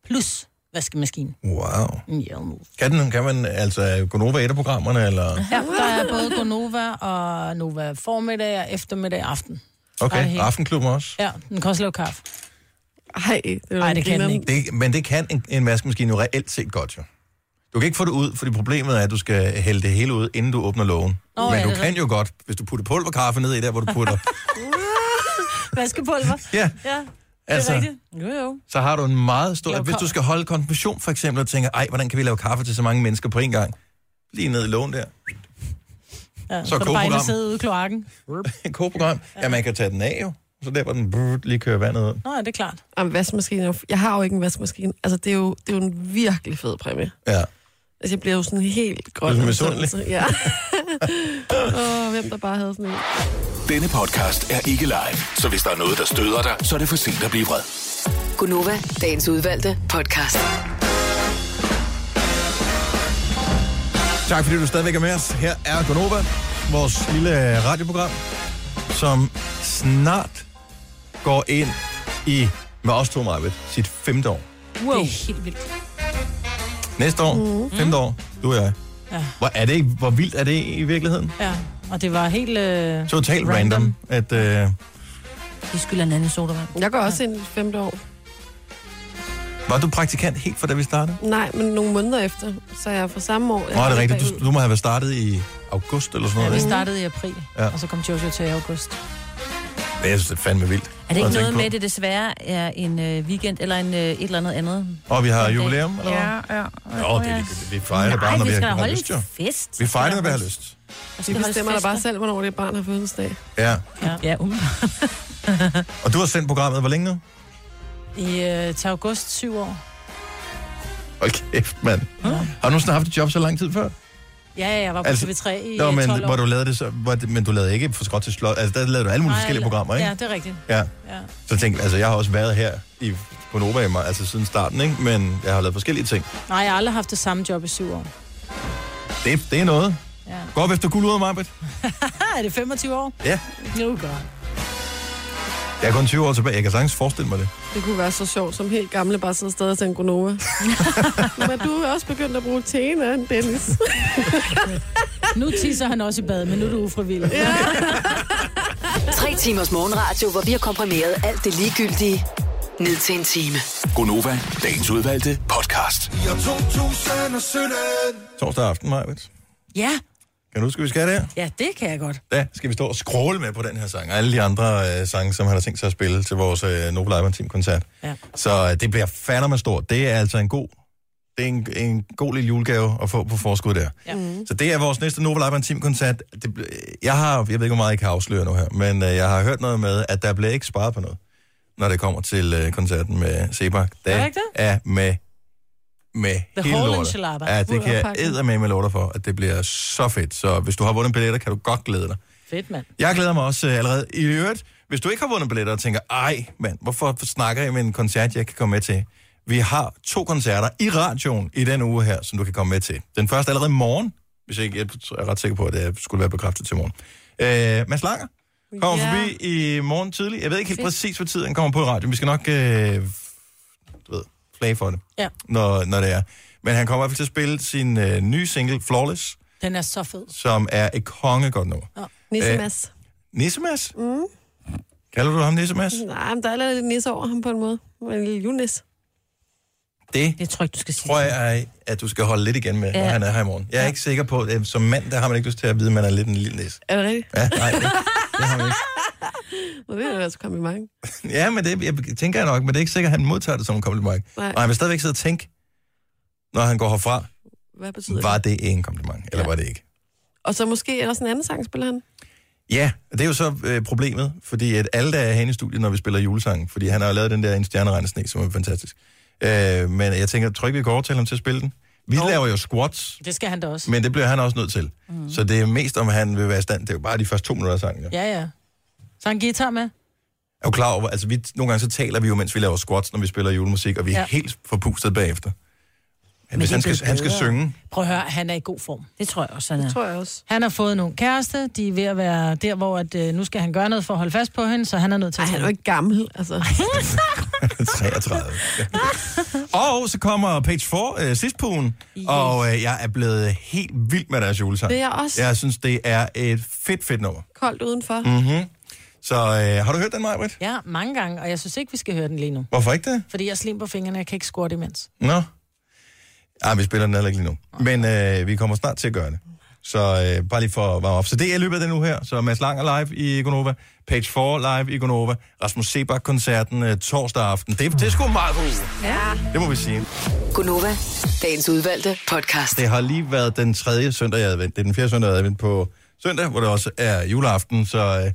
plus vaskemaskine.
Wow.
Ja, nu.
Kan, den, kan man altså gå over et af programmerne, eller...
Ja, der er både Gonova og Nova formiddag og eftermiddag og aften. Ej,
Okay,
helt-
aftenklubben også.
Ja, den kan også lave kaffe.
Ej, det, er jo
Ej, det kan den
grineren.
ikke.
Det, men det kan en, en vaskemaskine jo reelt set godt, jo. Du kan ikke få det ud, fordi problemet er, at du skal hælde det hele ud, inden du åbner lågen.
Nå,
men
ja,
du
det er
kan jo godt, hvis du putter pulverkaffe ned i der, hvor du putter...
Uh, Vaskepulver.
ja,
Ja, det er
altså,
rigtigt.
Jo, jo.
så har du en meget stor...
Lav
Hvis du
kaffe.
skal holde konfirmation, for eksempel, og tænker, ej, hvordan kan vi lave kaffe til så mange mennesker på en gang? Lige ned i lågen der.
Ja, så,
Så
er du bare inde
kogeprogram.
og sidde ude i kloakken.
Et program. Ja, man kan tage den af jo. Så der, hvor den brrr, lige kører vandet ud.
Nå, ja, det er klart.
Jamen, vaskemaskinen er jo- Jeg har jo ikke en vaskemaskine. Altså, det er jo, det er jo en virkelig fed præmie.
Ja.
Altså, jeg bliver jo sådan helt grøn.
Du er
af
misundelig.
misundelse. Ja. Åh, hvem der bare havde sådan en.
Denne podcast er ikke live, så hvis der er noget, der støder dig, så er det for sent at blive vred.
Gunova, dagens udvalgte podcast.
Tak fordi du stadigvæk er med os. Her er Gonova, vores lille radioprogram, som snart går ind i, med os to meget, sit femte år.
Wow. Det er helt vildt.
Næste år,
Mhm.
mm. femte år, du og jeg.
Ja.
Hvor, er det, hvor vildt er det i virkeligheden?
Ja, og det var helt... Øh...
Totalt random.
Random.
at øh,
De skylder en anden sodavand.
Jeg går også ind i femte år.
Var du praktikant helt fra da vi startede?
Nej, men nogle måneder efter, så er jeg fra samme år. Jeg
Nå, er det
er
rigtigt?
bagud.
Du, du må have været startet i august eller sådan
Ja, vi
noget. ikke?
startede i april,
Ja.
ja. og så kom Jojo til i august.
Det, jeg synes, det er altså fandme vildt.
Er det
at
ikke
tænke
noget
på.
med, at det desværre er en øh, weekend eller en, øh, et eller andet andet?
Og vi har jubilæum, eller hvad?
Ja, ja.
Nå, det, er ligegyldigt. vi fejrer det bare, når
Nej,
vi,
vi skal da
har
holde
lyst, jo.
en fest.
Vi fejrer det, når vi har lyst.
Vi bestemmer dig bare selv, hvornår det barn har fødselsdag.
Ja.
Ja,
um.
umiddelbart.
Og du har sendt programmet hvor længe nu?
I øh, til august syv år.
Hold kæft, mand. Har du nogensinde haft et job så lang tid før?
Ja, ja, jeg var på
Altså,
altså, TV3 i
Nå,
øh, 12
men,
år.
hvor du lavede det så, hvor, det- men du lavede ikke for skot til slot. Altså, der lavede du alle mulige
Nej,
forskellige
jeg-
programmer, ikke?
Ja, det er rigtigt.
Ja.
Ja.
Så tænkte jeg, altså, jeg har også været her i, på Nova i mig, altså siden starten, ikke? Men jeg har lavet forskellige ting.
Nej, jeg har aldrig haft det samme job i syv år.
Det, det er noget.
Ja.
Gå op efter guldrød, Marbet.
er det 25 år?
Ja.
Nu godt.
Jeg er kun 20 år tilbage. Jeg kan sagtens forestille mig det.
Det kunne være så sjovt, som helt gamle bare sidder stadig og tænker Gunova. Men du er også begyndt at bruge tæene, Dennis.
Nu tisser han også i bad, men nu er du ufrivillig. Ja.
Tre timers morgenradio, hvor vi har komprimeret alt det ligegyldige ned til en time.
Gonova, dagens udvalgte podcast.
I år 2017.
Torsdag aften, Marbet.
Ja,
Kan du huske, hvad vi skal der?
ja, det kan jeg godt.
Ja, skal vi stå og scrolle med på den her sang, og alle de andre øh, sange, som han har tænkt sig at spille til vores øh, Nobel Ivan Team koncert.
Ja.
Så øh, det bliver fandme stort. Det er altså en god, det er en, en god lille julegave at få på forskud der.
Ja.
Så det er vores næste Nobel Ivan Team koncert. Det, bl- jeg har, jeg ved ikke, hvor meget jeg kan afsløre nu her, men øh, jeg har hørt noget med, at der bliver ikke sparet på noget, når det kommer til øh, koncerten med Sebak. Det
Er der ikke det?
er med med
The
hele
whole
lortet.
enchilada.
Ja, det kan jeg
Mudderpakken.
eddermame med lorter for, at det bliver så fedt. Så hvis du har vundet billetter, kan du godt glæde dig.
Fedt, mand.
Jeg glæder mig også øh, allerede. I øvrigt, hvis du ikke har vundet billetter og tænker, ej mand, hvorfor snakker jeg med en koncert, jeg kan komme med til? Vi har to koncerter i radioen i den uge her, som du kan komme med til. Den første allerede i morgen, hvis jeg ikke jeg er ret sikker på, at det skulle være bekræftet til morgen. Øh, Mads Langer kommer
Ja.
yeah. forbi i morgen tidlig. Jeg ved ikke helt
Fedt.
præcis, hvor tid han kommer på i radioen. Vi skal nok øh, du ved, flage for det,
Ja.
når, når det er. Men han kommer i hvert fald til at spille sin øh, nye single, Flawless,
Den er så fed.
som er et kongegodt nummer.
Oh.
Nissemas.
Nissemas?
Mm.
Kalder du ham Nissemas?
Nej, men der er allerede lidt nisse over ham på en måde. En lille junis.
Det,
det tror, jeg, du skal sige
tror jeg, at du skal holde lidt igen med, når
Ja.
han er her i morgen. Jeg er ikke sikker på, at øh, som mand, der har man ikke lyst til at vide, at man er lidt en lille næs.
Er det rigtigt?
Ja, nej, det, det har man ikke.
Nå, det er altså kompliment.
Ja, men det jeg tænker jeg nok, men det er ikke sikkert, at han modtager det som en kompliment.
Nej.
Og han vil stadigvæk sidde og tænke, når han går herfra,
Hvad betyder det?
var det en kompliment, eller ja. var det ikke?
Og så måske er der sådan en anden sang, spiller han.
Ja, og det er jo så øh, problemet, fordi at alle, der er herinde i studiet, når vi spiller julesangen, fordi han har jo lavet den der En stjerneregn sne, som er fantastisk. Øh, men jeg tænker, tror ikke, vi går overtale ham til at spille den? Vi laver jo squats,
Det skal han da også.
Men det bliver han også nødt til. Mm. Så det er mest, om han vil være i stand. Det er jo bare de første to minutter af sangen. Ja. Jeg
Ja, ja. Så har han guitar med?
er jo klar over, altså vi, nogle gange så taler vi jo, mens vi laver squats, når vi spiller julemusik, og vi er
Ja.
ja. helt forpustet bagefter. Men
Men
hvis
det er
han skal,
blevet
han skal
bedre.
synge,
Prøv at høre, han er i god form. Det tror jeg også,
han er. Det
tror jeg også.
Han har fået nogle kæreste, de er ved at være der, hvor at, øh, nu skal han gøre noget for at holde fast på hende, så han er nødt til at... Ej, han er jo
ikke gammel, altså.
33. og så kommer Page 4 øh, sidst på ugen, yes. og øh, jeg er blevet helt vild med deres julesang.
Det er jeg også.
Jeg synes, det er et fedt, fedt nummer.
Koldt udenfor.
Mm-hmm. Så øh, har du hørt den, Majbrit?
Ja, mange gange, og jeg synes ikke, vi skal høre den lige nu.
Hvorfor ikke det?
Fordi jeg er slim på fingrene, jeg kan ikke squat imens.
Nå. Ej, vi spiller den heller ikke lige nu. Men øh, vi kommer snart til at gøre det. Så øh, bare lige for at varme op. Så det er i løbet af den nu her. Så Mads Langer live i Gonova. Page 4 live i Gonova. Rasmus Sebak-koncerten øh, torsdag aften. Det, det er sgu meget godt.
Ja.
Det må vi sige.
Gunova, dagens udvalgte podcast.
Det har lige været den tredje søndag i advent. Det er den fjerde søndag i advent på søndag, hvor det også er juleaften. Så øh,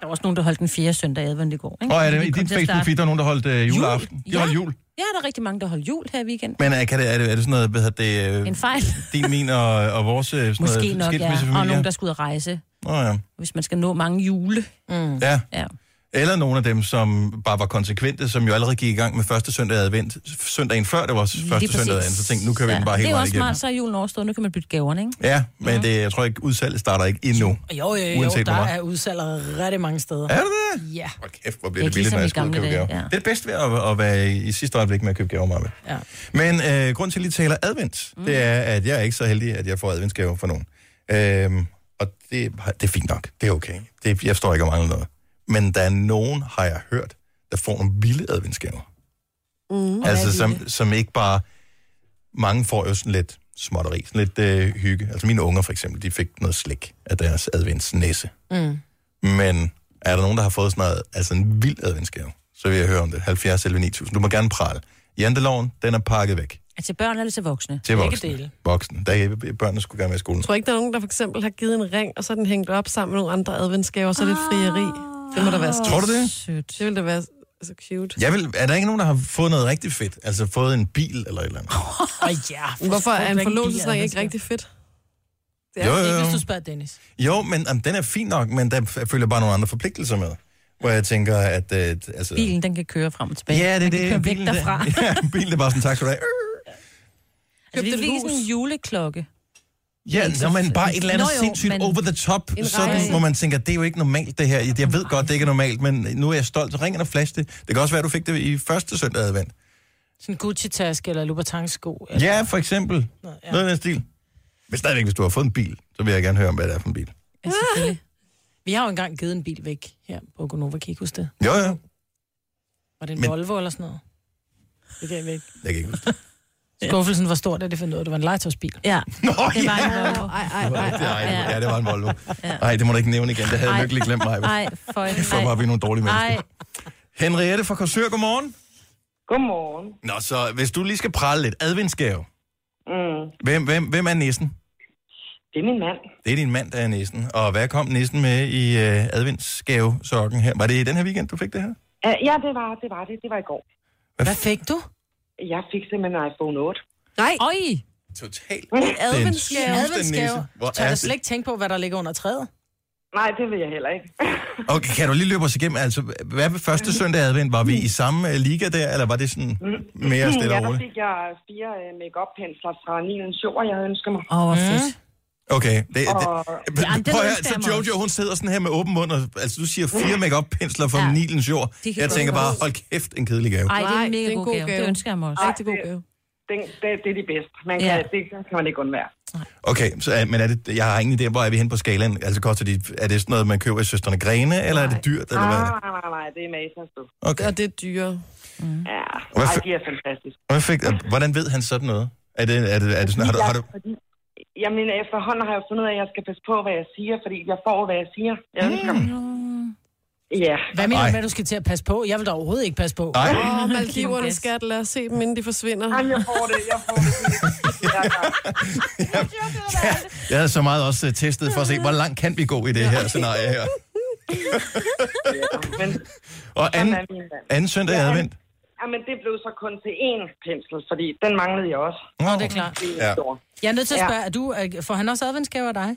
Der var også nogen, der holdt den fjerde søndag i advent i går. Ikke?
og er
Fordi
det
vi
i
kom
dit
til at starte-
Facebook-feed, der er nogen, der holdt øh, juleaften? De
Ja.
holdt jul.
Ja, der er rigtig mange, der holder jul her i weekenden.
Men øh, kan det, er, det, er det sådan noget, hvad hedder det, øh,
En fejl.
din, min og, og vores øh, sådan
Måske
noget,
nok, ja.
skilsmissefamilier?
Og nogen, der skulle ud at rejse,
Nå ja.
hvis man skal nå mange jule.
Mm.
Ja.
ja.
Eller nogle af dem, som bare var konsekvente, som jo allerede gik i gang med første søndag i advent. Søndagen før det var første
præcis.
søndag i advent, så tænkte jeg, nu kører vi den bare
det
helt
er jo
vejen
også
igennem.
smart, så er julen overstået, nu kan man bytte gaverne, ikke?
Ja, men det, jeg tror ikke, udsalget starter ikke endnu.
Jo, jo, jo, jo
uanset
der
hvor
er
meget.
udsalg rigtig mange steder.
Er det
det? Ja.
Hold kæft, hvor bliver det
Ikke ligesom
billigt, når
i
jeg skal ud og købe
gamle
gaver.
dage,
Ja.
ja.
Det er det bedste ved at, at være i, i sidste øjeblik med at købe gaver, Marve.
Ja.
Men øh, grund til, at jeg lige taler advent, mm. det er, at jeg er ikke så heldig, at jeg får adventsgaver fra nogen. Øhm, og det, det er fint nok. Det er okay. Det, jeg står ikke og mangler noget. Men der er nogen, har jeg hørt, der får nogle vilde adventsgaver.
Mm.
Altså, som, som ikke bare... Mange får jo sådan lidt småtteri, sådan lidt øh, hygge. Altså, mine unger for eksempel, de fik noget slik af deres adventsnæse.
Mm.
Men er der nogen, der har fået sådan noget, altså en vild adventsgave, så vil jeg høre om det. 70 11 9000. Du må gerne prale. Janteloven, den er pakket væk
Er til børn eller til voksne?
til voksne. voksne. Der er børnene skulle gerne være i skolen.
Jeg tror ikke, der er nogen, der for eksempel har givet en ring, og så er den hængt op sammen med nogle andre adventsgaver, og så er det et frieri. Det må da være
Tror du det?
Sødt. Det ville da være så cute.
Jeg vil, er der ikke nogen, der har fået noget rigtig fedt? Altså fået en bil eller et eller andet?
Og ja,
Hvorfor er en
Hvorfor
forlovelsesring
ikke
ikke rigtig fedt?
Det er
Jo,
jo,
jo,
ikke,
jo.
hvis du spørger Dennis.
Jo, men jamen, den er fin nok, men der f- følger bare nogle andre forpligtelser med. Hvor jeg tænker, at... Øh, t- altså,
Bilen, den kan køre frem og tilbage.
Ja, det er
den
det.
Kan køre væk
Bilen, det-
derfra.
"Øh, Ja, bilen er bare sådan, tak skal du have.
Altså, vi
Købte
fik
hus.
sådan en juleklokke.
Ja,
ikke
når
så-
man bare et eller andet
Nå jo,
sindssygt
men-
over the top,
En
sådan,
rejse.
hvor man tænker, det er jo ikke normalt det her. Jeg ved godt, det ikke er normalt, men nu er jeg stolt. Så ring ind og flash det. Det kan også være, at du fik det i første søndag advent.
Sådan en Gucci-taske eller Louboutin-sko. Eller...
Ja, for eksempel. Noget i den stil. Men stadigvæk, hvis du har fået en bil, så vil jeg gerne høre om, hvad det er for en bil.
Ja, selvfølgelig. Vi har jo engang givet en bil væk her på Gonova. Kan I ikke huske det?
Jo, jo.
Var det en
Men-
Men... Volvo eller sådan noget? Det kan jeg ikke.
Jeg kan ikke huske
det. Skuffelsen var stor, da det fandt ud af, at det var en legetøjsbil.
Ja.
Nå,
det var
ja.
en Volvo. Ej,
Det var rigtigt. Ej,
ja.
ja, det var en Volvo. Nej, det må du ikke nævne igen. Det havde jeg lykkelig glemt mig.
Nej, for en.
For var vi nogle dårlige mennesker.
Nej,
Henriette fra Korsør, godmorgen.
Godmorgen.
Nå, så hvis du lige skal prale lidt. Adventsgave.
Mm.
Hvem, hvem, hvem er næsten?
Det er min mand.
Det er din mand, der er næsten. Og hvad kom næsten med i øh, adventsgavesokken her? Var det i den her weekend, du fik det her?
Uh, ja, det var, det var det. Det var i går.
Hvad
fik du?
Jeg fik simpelthen en iPhone Mm. 8.
Nej.
Oj.
Totalt.
Adventsgave.
Den
Adventsgave.
nisse. Hvor
Tør
er
jeg
det-
slet ikke tænke på, hvad der ligger under træet?
Nej, det vil jeg heller ikke.
Og kan du lige løbe os igennem? Altså, hvad ved
Mm.
første søndag i advent? Var vi i samme øh, liga der, eller var det sådan Mm. mere stille
ja,
og
der
roligt?
fik jeg fire øh, make-up-pensler fra 9 jeg havde ønsket mig.
Åh, hvor
fedt. Okay. Det, det,
Mm. Og-
Jamen, det Prøv at høre, så Jojo, hun sidder sådan her med åben mund, og altså, du siger fire make-up-pensler fra ja. Nilens jord.
Mm. De kan
Jeg
godt
tænker
gå.
bare, hold kæft, en kedelig gave.
Ej, det er en mega god gave. Det ønsker jeg mig også. Rigtig
god gave. Det, det, det, er de bedste. Man kan, det kan man ikke undvære.
Okay, så, øh, men er det, jeg har ingen idé, hvor er vi hen på skalaen? Altså, koster de, er det sådan noget, man køber i Søsterne Grene, eller er det dyrt? Eller hvad? er det?
Nej, nej, nej, det er Masons, du.
Okay.
Og det er dyre.
Mm. Ja,
Og hvad
Ej,
for-
de er fantastiske.
Hvad fik, hvordan ved han sådan noget? Er det, er det, er det sådan, har du, har du,
Fordi- Jamen, efterhånden har jeg fundet ud af, at jeg skal passe på, hvad jeg siger, fordi jeg får, hvad jeg siger. Jeg
Mm.
ønsker mig. Ja.
Hvad mener
Ej.
du med, at du skal til at passe på? Jeg vil da overhovedet ikke passe på.
Nej.
Åh, Maldiverne, skat, lad os se dem, inden de forsvinder. Jamen,
jeg får det, jeg får
jeg havde så meget også øh, testet for at se, hvor langt kan vi gå i det her scenarie her.
Men,
Og anden,
Sådan er min mand.
anden søndag i advent?
Jamen, det blev så kun til én pensel, fordi den manglede jeg også.
Nå,
det er klart.
Ja.
Jeg er nødt til at spørge, er du, er- får han også adventsgave af dig?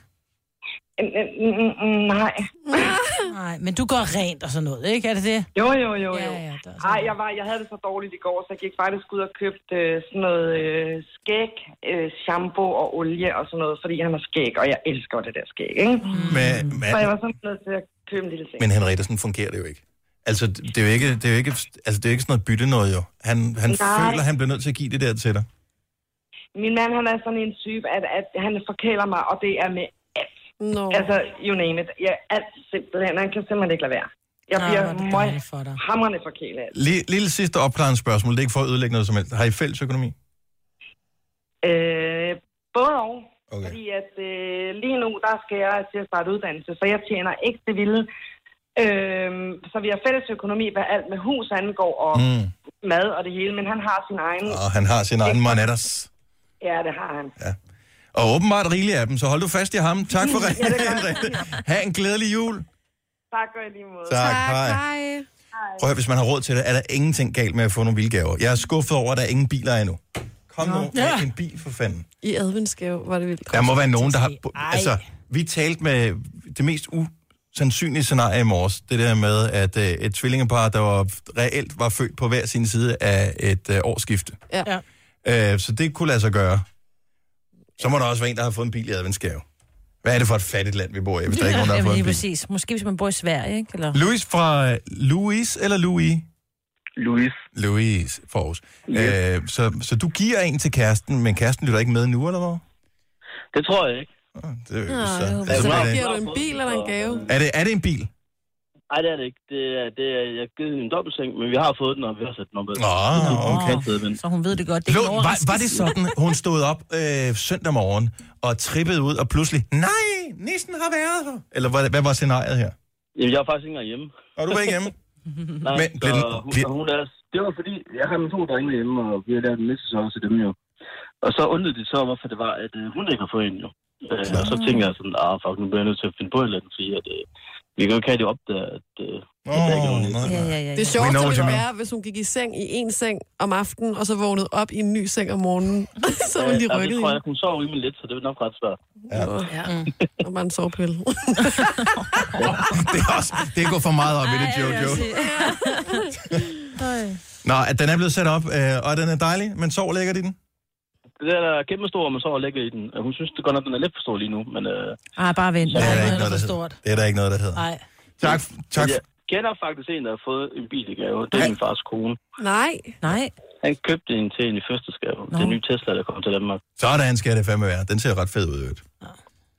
Nej.
Nej, men du går rent og sådan noget, ikke? Er det det?
Jo, jo, jo, jo.
Ja, ja, der er
Nej, jeg, var, jeg havde det så dårligt i går, så jeg gik faktisk ud og købte øh, sådan noget øh, skæg, øh, shampoo og olie og sådan noget, fordi han har skæg, og jeg elsker det der skæg, ikke?
Men,
Så Mm. jeg
Mm. men,
var sådan nødt til at købe en lille ting.
men Henriette, sådan fungerer det jo ikke. Altså, det er jo ikke, det er jo ikke, altså, det er jo ikke sådan noget bytte noget, jo. Han, han
Nej.
føler, han bliver nødt til at give det der til dig.
Min mand, han er sådan en type, at, at han forkæler mig, og det er med alt.
No.
Altså, you name it. Ja, alt simpelthen. Han kan simpelthen ikke lade være. Jeg
Nå,
bliver
hvor er det
møg
dejligt for dig.
hamrende forkælet.
Lille, lille sidste opklarende spørgsmål. Det er ikke for at ødelægge noget som helst. Har I fælles økonomi?
Øh, både og. Okay. Fordi at øh, lige nu, der skal jeg til at starte uddannelse, så jeg tjener ikke det vilde. Øh, så vi har fælles økonomi, hvad alt med hus angår, og mm.
Mm.
mad og det hele, men han har sin egen.
Og han har sin egen manadas.
Ja, det har han.
Og åbenbart rigeligt af dem, så hold du fast i ham. Tak for ringen, Henriette. Ha' en glædelig jul.
Tak og i lige måde.
Tak, Tak, hej.
hej.
Prøv at høre, hvis man har råd til det, er der ingenting galt med at få nogle vildgaver. Jeg er skuffet over, at der er ingen biler endnu. Kom nu med
Ja.
en bil, for fanden.
I adventsgave var det vildt.
Der må være nogen, der har...
Ej.
Altså, vi talte med det mest usandsynlige scenarie i morges. Det der med, at øh, et tvillingepar, der var, reelt var født på hver sin side af et øh, årsskifte.
Ja.
ja.
Øh, så det kunne lade sig gøre. Så må der også være en, der har fået en bil i adventsgave. Hvad er det for et fattigt land, vi bor i, hvis der ikke er nogen, der har
Jamen,
fået
lige
en bil?
præcis. Måske hvis man bor i Sverige, ikke? Eller...
Louis fra Louis eller Louis?
Louis.
Louis fra Aarhus. Øh, så, så du giver en til kæresten, men kæresten lytter ikke med nu, eller hvad?
Det tror jeg ikke.
Det er, jo
Nå,
så,
jeg håber,
altså,
så
er,
giver du
det,
en bil eller en gave?
er, det, er det en bil?
Nej, det er det ikke. Det er, det er, jeg har givet hende en dobbeltseng, men vi har fået den, og vi har sat den op.
Nå, Ah, okay.
Så hun ved det godt. Det er
Lå,
en
var, var det sådan, hun stod op øh, søndag morgen og trippede ud, og pludselig, nej, næsten har været her. Eller hvad, hvad var scenariet her?
Jamen, jeg er faktisk ikke engang hjemme.
Og du var ikke hjemme?
Nej,
Men
men,
blev
så,
den-
hun,
blev-
og hun er, det var fordi, jeg har mine to drenge hjemme, og vi har lavet en masse sæson til dem jo. Og så undrede de så, hvorfor det var, at øh, hun ikke har fået en jo. Øh, og så tænkte jeg sådan, ah fuck, nu bliver jeg nødt til at finde på et eller andet, fordi at, øh, vi kan jo ikke have det opdaget, at øh, at der ikke er nogen.
Ja,
ja, ja. Det sjoveste ville være, hvis hun gik i seng i en seng om aftenen, og så vågnede op i en ny seng om morgenen. så var hun lige
Ja,
rykket
Det
i.
tror jeg, hun sov rimelig lidt, så det er nok ret svært.
Ja.
Ja. Og bare en sovepille.
det, er også, det går for meget op i det, Jojo. Nå, at den er blevet sat op, øh, og den er dejlig, men sov lækkert i den?
det der, der er kæmpestor, man så lægger i den. Øh, Hun synes det godt nok, den er lidt for stor lige nu, men... Øh,
Ah, bare vent.
Ja,
Der
der er
noget,
ikke noget,
for
der
stort.
Det er der ikke noget, der hedder.
Nej.
Tak, tak.
Jeg kender faktisk en, der har fået en bil i gave. Det er min fars kone.
Nej.
Nej.
Han købte en til en i første skave. Det er en ny Tesla, der kommer til Danmark.
Sådan skal det fandme være. Den ser ret fed ud, i øvrigt.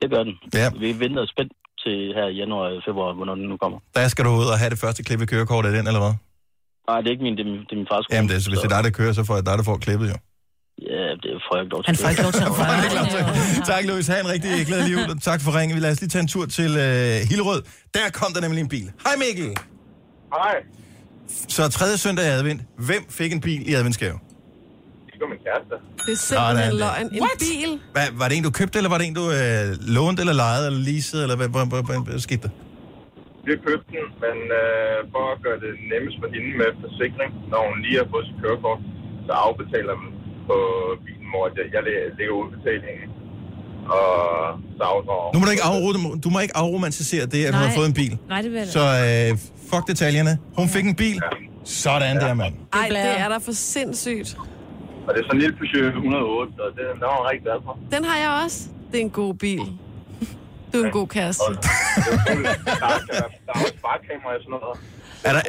Det gør den.
Ja.
Vi venter spændt til her i januar eller februar, hvornår den nu kommer.
Der skal du ud og have det første klip i kørekortet, er den, eller hvad?
Nej, det er ikke min, det er min, det er min fars kone.
Jamen, det, er- hvis det er dig, der kører, så får jeg dig, der får klippet, jo.
Ja, det får jeg ikke lov til.
Han får ikke lov til at
Nej,
det er klart. Tak, Louis. Ha' en rigtig glædelig jul, og tak for ringen. Vi lader os lige tage en tur til øh, Hillerød. Der kom der nemlig en bil. Hej, Mikkel.
Hej.
Så tredje søndag i advent. Hvem fik en bil i adventsgave?
Det går min kæreste.
Det er
Sådan
simpelthen
der.
løgn. En What? bil.
Hvad, var det en, du købte, eller var det en, du øh, lånte, eller lejede, eller leasede, eller hvad, hvad, hvad, hvad, hvad skete der?
Vi købte den, men øh, for at gøre det nemmest for hende med forsikring, når hun lige har fået sit kørekort, så afbetaler man på bilen, hvor jeg, jeg læ- lægger udbetalingen. Og så afdrager
Nu må du ikke, afro, du må ikke afromantisere det, at hun har
Nej.
fået en bil.
Nej, det vil jeg
Så øh, fuck detaljerne. Hun fik en bil. Sådan der, mand.
Ej, det er da for sindssygt.
Og det er sådan en lille Peugeot 108, og det, den var jeg rigtig glad for.
Den har jeg også. Det er en god bil. Du er en god kasse.
Der er også bakkamera og sådan noget.
Er der,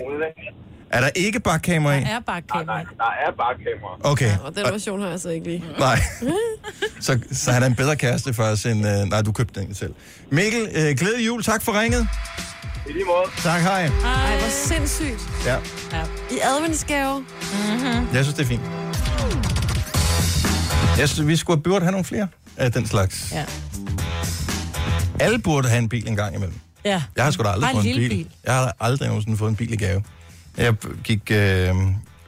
er der ikke bakkamera i?
er bakkamera.
Nej, der er bakkamera.
Okay.
Ja, og den version har jeg så ikke lige.
Nej. Så, så han er en bedre kæreste for os end... Øh, nej, du købte den ikke selv. Mikkel, øh, glædelig jul. Tak for ringet.
I lige måde.
Tak, hej.
Ej, hvor sindssygt.
Ja,
Ja. I adventsgave. Mm-hmm.
jeg synes, det er fint. Jeg synes, vi skulle have burde have nogle flere af den slags.
Ja.
Alle burde have en bil en gang imellem.
Ja.
Jeg har sgu da aldrig
Bare en
fået en
lille
bil.
bil.
Jeg har aldrig nogensinde fået en bil i gave. Jeg b- gik øh,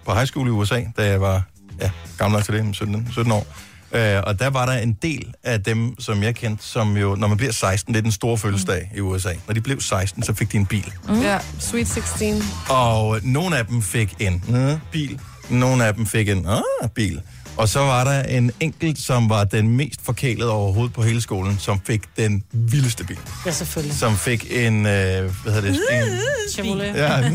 på high school i USA, da jeg var ja, gammel nok til det, 17, 17 år. Øh, og der var der en del af dem, som jeg kendte, som jo, når man bliver 16, det er den store fødselsdag i USA. Når de blev 16, så fik de en bil.
Mm. Ja, Sweet 16.
Og nogle af dem fik en øh, bil, nogle af dem fik en øh, bil. Og så var der en enkelt, som var den mest forkælede overhovedet på hele skolen, som fik den vildeste bil.
Ja, selvfølgelig.
Som fik en, øh, hvad hedder det? En,
Chevrolet.
Ja.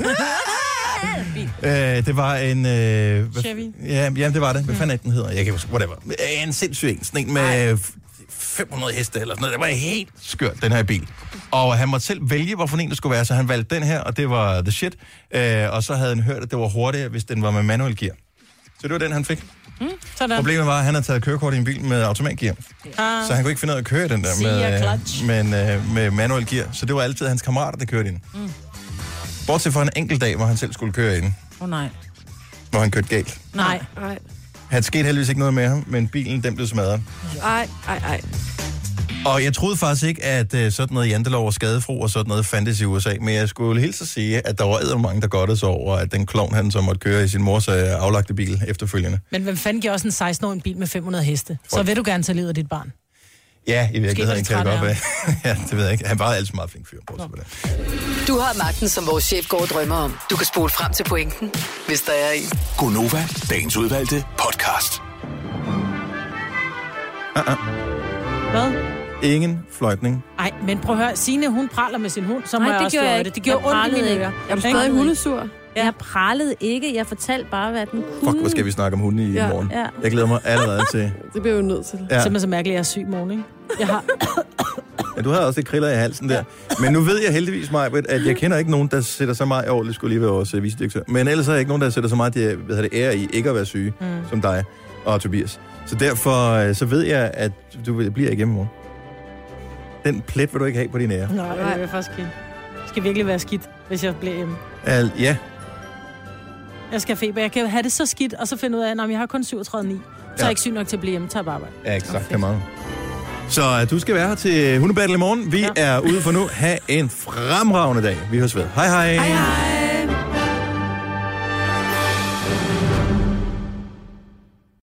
Øh, det var en... Øh, hvad,
Chevy.
Ja, jamen, det var det. Hvad fanden er det, den hedder? Jeg kan ikke huske, whatever. Øh, En sindssyg en. Sådan en med f- 500 heste eller sådan noget. Det var helt skørt, den her bil. Og han måtte selv vælge, hvorfor en det skulle være, så han valgte den her, og det var the shit. Øh, og så havde han hørt, at det var hurtigere, hvis den var med manuel gear. Så det var den, han fik.
Mm,
Sådan.
Problemet var, at han havde taget kørekort i en bil med automatgear.
Ah.
Så han kunne ikke finde ud af at køre den der
Sea
med,
clutch.
øh, men, øh, med manuel gear. Så det var altid hans kammerater, der kørte ind.
Mm.
Mm. Bortset fra en enkelt dag, hvor han selv skulle køre ind,
Åh, oh, nej.
hvor han kørte galt.
Nej.
Nej.
Han skete heldigvis ikke noget med ham, men bilen den blev smadret.
Ej, ej, ej.
Og jeg troede faktisk ikke, at øh, sådan noget jantelov og skadefro og sådan noget fandtes i USA, men jeg skulle hilse at sige, at der var eddermame mange, der godt sig over, at den klovn, han som måtte køre i sin mors øh, aflagte bil efterfølgende.
Men hvem fanden giver også en 16-årig en bil med 500 heste? Så vil du gerne tage livet af dit barn.
Ja, i virkeligheden
lidt
kan det
træt af
godt være. ja, det ved jeg ikke. Han var altid meget flink fyr. bortset fra det.
Du har magten, som vores chef går og drømmer om. Du kan spole frem til pointen, hvis der er en.
Gonova, dagens udvalgte podcast.
Hvad?
Ingen fløjtning.
Nej, men prøv at høre. Signe, hun praler med sin hund, så må
Nej,
jeg
det
også
gjorde
slå
jeg
af
ikke.
det. Det gjorde
Jeg
ondt i
pralede
mine
ikke.
ører.
Er du stadig
hundesur?
Ja. Jeg prallede ikke. Jeg fortalte bare, hvad den kunne.
Fuck, hvor skal vi snakke om hunde i
Ja,
morgen?
ja.
Jeg glæder mig allerede til.
Det bliver jo nødt til.
Ja.
Simpelthen så mærkeligt, at jeg er syg i morgen, ikke? Jeg har...
Ja, du havde også lidt kriller i halsen der. Men nu ved jeg heldigvis, Majbrit, at jeg kender ikke nogen, der sætter så meget... Jo, det skulle lige være vores øh, vicedirektør. Men ellers er jeg ikke nogen, der sætter så meget det, hvad hedder det, ære i ikke at være syge, mm. som dig og Tobias. Så derfor øh, så ved jeg, at du vil- bliver igennem morgen. Den plet vil du ikke have på din ære.
Nej, det vil jeg faktisk ikke. Det skal virkelig være skidt, hvis jeg bliver hjemme.
Al, ja,
Jeg skal have feber. Jeg kan have det så skidt, og så finde ud af, at jeg har kun 37,9. Så er jeg ikke syg nok til at blive hjemme. Tag på arbejde.
ja exakt. Det er meget. Så øh, du skal være her til hundebattle i morgen. Vi ja. er ude for nu. Ha' en fremragende dag. Vi høres ved. Hej hej. hej, hej.